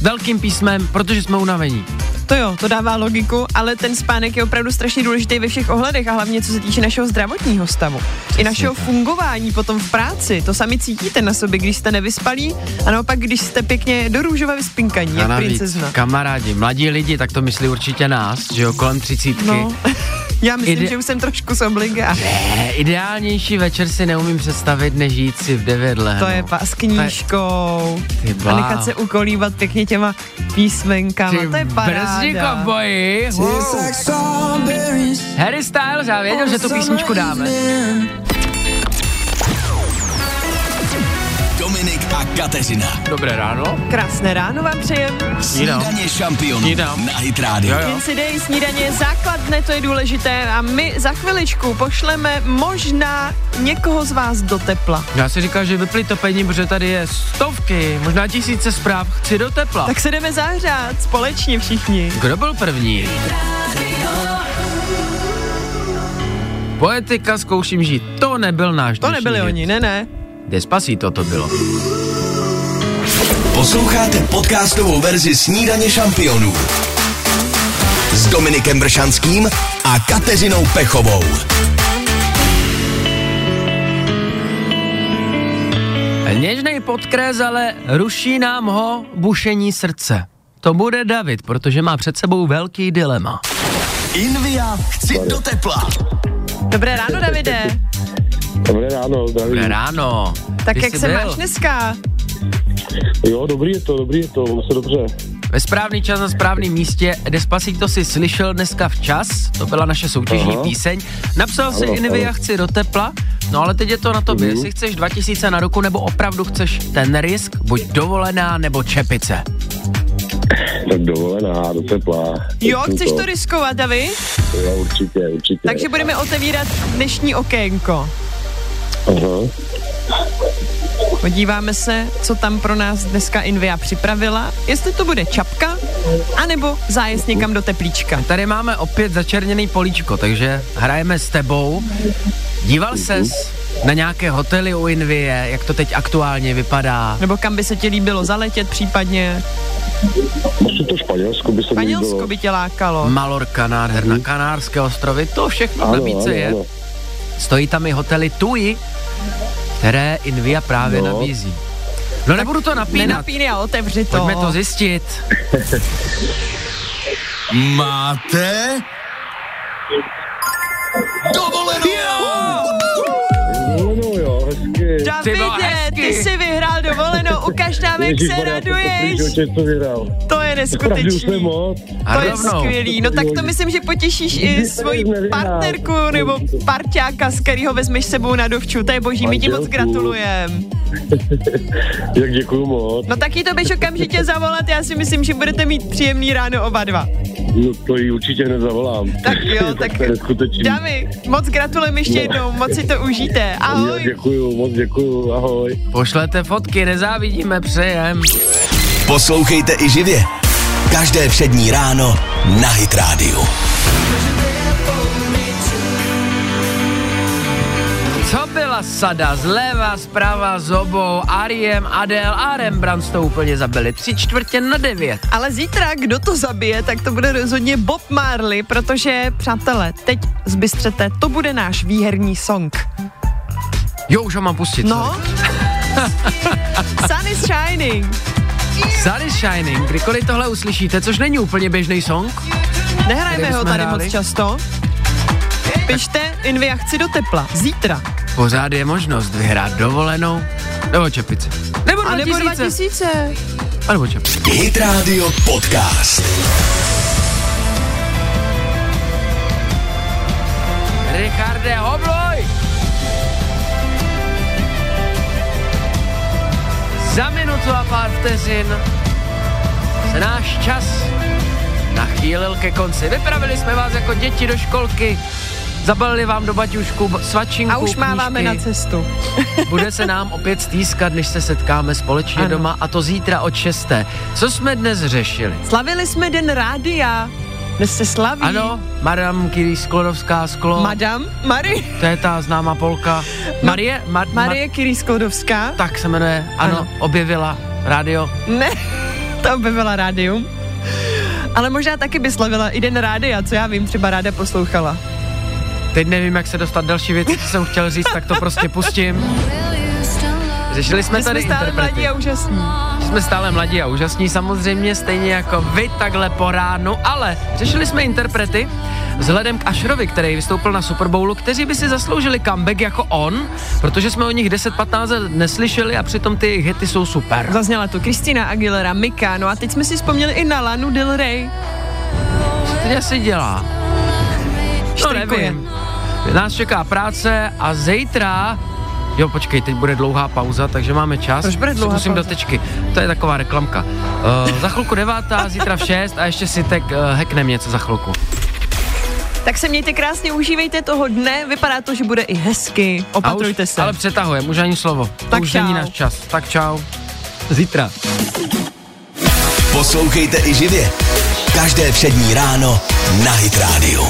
Speaker 2: velkým písmem, protože jsme unavení.
Speaker 3: To jo, to dává logiku, ale ten spánek je opravdu strašně důležitý ve všech ohledech a hlavně co se týče našeho zdravotního stavu. I našeho fungování potom v práci, to sami cítíte na sobě, když jste nevyspalí a naopak, když jste pěkně do růžova vyspinkaní,
Speaker 2: a
Speaker 3: jak
Speaker 2: navíc,
Speaker 3: princezna.
Speaker 2: kamarádi, mladí lidi, tak to myslí určitě nás, že jo, kolem třicítky.
Speaker 3: No, já myslím,
Speaker 2: Ide-
Speaker 3: že už jsem trošku z obliga.
Speaker 2: Ne, ideálnější večer si neumím představit, než jít si v devět lehnout.
Speaker 3: To je pas s knížkou
Speaker 2: Ty
Speaker 3: a
Speaker 2: bláho.
Speaker 3: nechat se ukolívat pěkně těma písmenkama, to je
Speaker 2: Brzdí
Speaker 3: paráda.
Speaker 2: kovboji. Harry Styles, já věděl, že tu písničku dáme.
Speaker 1: Dominik a Kateřina.
Speaker 2: Dobré ráno.
Speaker 3: Krásné ráno vám přejem.
Speaker 2: No.
Speaker 1: Snídaně šampionů na Hit Radio.
Speaker 3: Jen si dej snídaně je základné, to je důležité a my za chviličku pošleme možná někoho z vás do tepla.
Speaker 2: Já si říkal, že vypli topení, protože tady je stovky, možná tisíce zpráv, chci do tepla.
Speaker 3: Tak se jdeme zahřát společně všichni.
Speaker 2: Kdo byl první? Poetika zkouším žít. To nebyl náš
Speaker 3: To nebyli oni, ne, ne.
Speaker 2: Despacito to bylo.
Speaker 1: Posloucháte podcastovou verzi Snídaně šampionů s Dominikem Bršanským a Kateřinou Pechovou.
Speaker 2: Něžnej podkréz, ale ruší nám ho bušení srdce. To bude David, protože má před sebou velký dilema.
Speaker 1: Invia, chci do tepla.
Speaker 3: Dobré ráno, Davide.
Speaker 13: Dobré ráno, zdraví.
Speaker 2: Dobré ráno.
Speaker 3: Tak
Speaker 2: Ty
Speaker 3: jak
Speaker 2: jsi
Speaker 3: se
Speaker 2: byl?
Speaker 3: máš dneska?
Speaker 13: Jo, dobrý je to, dobrý je to, mám se dobře.
Speaker 2: Ve správný čas na správném místě. Despacito si slyšel dneska včas, to byla naše soutěžní
Speaker 13: Aha.
Speaker 2: píseň. Napsal si
Speaker 13: Ano,
Speaker 2: Invia
Speaker 13: ano.
Speaker 2: chci do tepla, no ale teď je to na tobě,
Speaker 3: Mhm.
Speaker 2: jestli chceš 2000 na roku, nebo opravdu chceš ten risk, buď dovolená, nebo čepice.
Speaker 13: Tak dovolená, do tepla.
Speaker 3: Jo,
Speaker 13: Pěkný
Speaker 3: chceš to riskovat, Davi?
Speaker 13: Jo, určitě, určitě.
Speaker 3: Takže budeme otevírat dnešní okénko.
Speaker 13: Aha.
Speaker 3: Podíváme se, co tam pro nás dneska Invia připravila, jestli to bude čapka, anebo zájezd někam do teplíčka.
Speaker 2: Tady máme opět začerněný políčko, takže hrajeme s tebou. Díval ses
Speaker 3: Mhm.
Speaker 2: na nějaké hotely u Invie, jak to teď aktuálně vypadá?
Speaker 3: Nebo kam by se ti líbilo zaletět případně?
Speaker 13: Asi to Španělsko by se mi
Speaker 3: Španělsko
Speaker 13: líbilo.
Speaker 3: by tě lákalo.
Speaker 2: Malorka nádherná, Kanárské ostrovy, to všechno v
Speaker 13: Mhm. Ano,
Speaker 2: nabídce
Speaker 13: ano,
Speaker 2: je.
Speaker 13: ano.
Speaker 2: Stojí tam i hotely TUI, které Invia právě
Speaker 13: No.
Speaker 2: nabízí. No nebudu to napínat,
Speaker 3: Nenapínej a otevři to.
Speaker 2: pojďme to zjistit.
Speaker 1: Máte? Dovolenou!
Speaker 13: Dovolenou, jo, hezky.
Speaker 2: Ty bylo
Speaker 3: Davide, ty
Speaker 2: hezky.
Speaker 3: jsi vyhrál dovolenou, ukaž nám, jak se
Speaker 13: Maria,
Speaker 3: raduješ.
Speaker 13: To je to vyhrál.
Speaker 3: To je
Speaker 13: Opravdu už jsem
Speaker 3: neskutečný.
Speaker 13: moc.
Speaker 2: A
Speaker 3: To je
Speaker 2: rovnou.
Speaker 3: skvělý, no tak to myslím, že potěšíš i svoji partnerku nebo parťáka, z kterého vezmeš sebou na dovču, to je boží, my ti moc
Speaker 13: Manželku.
Speaker 3: gratulujeme.
Speaker 13: Jak děkuju moc.
Speaker 3: No taky to běž okamžitě zavolat, já si myslím, že budete mít příjemný ráno oba dva.
Speaker 13: No to ji určitě nezavolám.
Speaker 3: Tak jo, tak
Speaker 13: to je neskutečný.
Speaker 3: Dami, moc gratulujeme ještě
Speaker 13: No.
Speaker 3: jednou, moc si to užijte,
Speaker 13: Jo,
Speaker 3: ahoj.
Speaker 13: děkuju, moc děkuju, ahoj.
Speaker 2: Pošlete fotky, nezávidíme, přejem.
Speaker 1: Poslouchejte i živě. Každé přední ráno na Hit Radio.
Speaker 2: Co byla sada zleva, zprava, z obou, Ariem, Adel a Rembrandt to úplně zabili. Tři čtvrtě na devět.
Speaker 3: Ale zítra, kdo to zabije, tak to bude rozhodně Bob Marley, protože, přátelé, teď zbystřete, to bude náš výherní song.
Speaker 2: Jo, už ho mám pustit.
Speaker 3: No. Sun is shining.
Speaker 2: Sun is Shining, kdykoliv tohle uslyšíte, což není úplně běžný song.
Speaker 3: Nehrajeme
Speaker 2: Který
Speaker 3: ho
Speaker 2: bychom
Speaker 3: tady
Speaker 2: hráli?
Speaker 3: moc často. Pište Invia chci do tepla. Zítra.
Speaker 2: Pořád je možnost vyhrát dovolenou nebo čepici. Nebo
Speaker 3: A nebo
Speaker 2: 2000.
Speaker 3: 2000.
Speaker 2: A nebo čepici.
Speaker 1: Hit Radio Podcast.
Speaker 2: Richarde, obloj! Za minutu a pár vteřin se náš čas nachýlil ke konci. Vypravili jsme vás jako děti do školky, Zabalili vám do baťušku b- svačinku,
Speaker 3: A už
Speaker 2: knížky.
Speaker 3: máváme na cestu.
Speaker 2: Bude se nám opět stýskat, než se setkáme společně
Speaker 3: Ano.
Speaker 2: doma a to zítra od 6. Co jsme dnes řešili?
Speaker 3: Slavili jsme den rádia. Dnes se slaví.
Speaker 2: Ano, Madame Kiri Sklodovská Sklo.
Speaker 3: Madame Marie.
Speaker 2: To je ta známá polka. Marie? Ma- ma-
Speaker 3: Marie Curie Sklodovská.
Speaker 2: Tak se jmenuje. Ano,
Speaker 3: Ano.
Speaker 2: objevila rádio.
Speaker 3: Ne, to by byla rádium. Ale možná taky by slavila i den rádia, co já vím, třeba ráda poslouchala.
Speaker 2: Teď nevím, jak se dostat další věci, co jsem chtěl říct, tak to prostě pustím. Řešili jsme
Speaker 3: Že
Speaker 2: tady
Speaker 3: jsme stále
Speaker 2: interprety.
Speaker 3: mladí a úžasní.
Speaker 2: Jsme stále mladí a úžasní samozřejmě, stejně jako vy takhle po ránu, ale řešili jsme interprety vzhledem k Ashrovi, který vystoupil na Super Bowlu, kteří by si zasloužili comeback jako on, protože jsme o nich 10-15 let neslyšeli a přitom ty jejich hity jsou super.
Speaker 3: Zazněla tu Kristina Aguilera, Mika, no a teď jsme si vzpomněli i na Lanu Del Rey.
Speaker 2: Co teď asi dělá? No
Speaker 3: Štrikuje.
Speaker 2: nevím. Nás čeká práce a zítra Jo, počkej, teď bude dlouhá pauza, takže máme čas.
Speaker 3: Proč bude dlouhá
Speaker 2: Musím do
Speaker 3: pauza?
Speaker 2: tečky. To je taková reklamka. Uh, za chvilku devátá, zítra v šest a ještě si tak uh, hacknem něco za chvilku.
Speaker 3: Tak se mějte krásně, užívejte toho dne, vypadá to, že bude i hezky. Opatrujte
Speaker 2: A už,
Speaker 3: se.
Speaker 2: Ale přetahujeme, už ani slovo.
Speaker 3: Tak
Speaker 2: to už
Speaker 3: čau.
Speaker 2: není náš čas. Tak čau. Zítra.
Speaker 1: Poslouchejte i živě. Každé přední ráno na Hit Radio.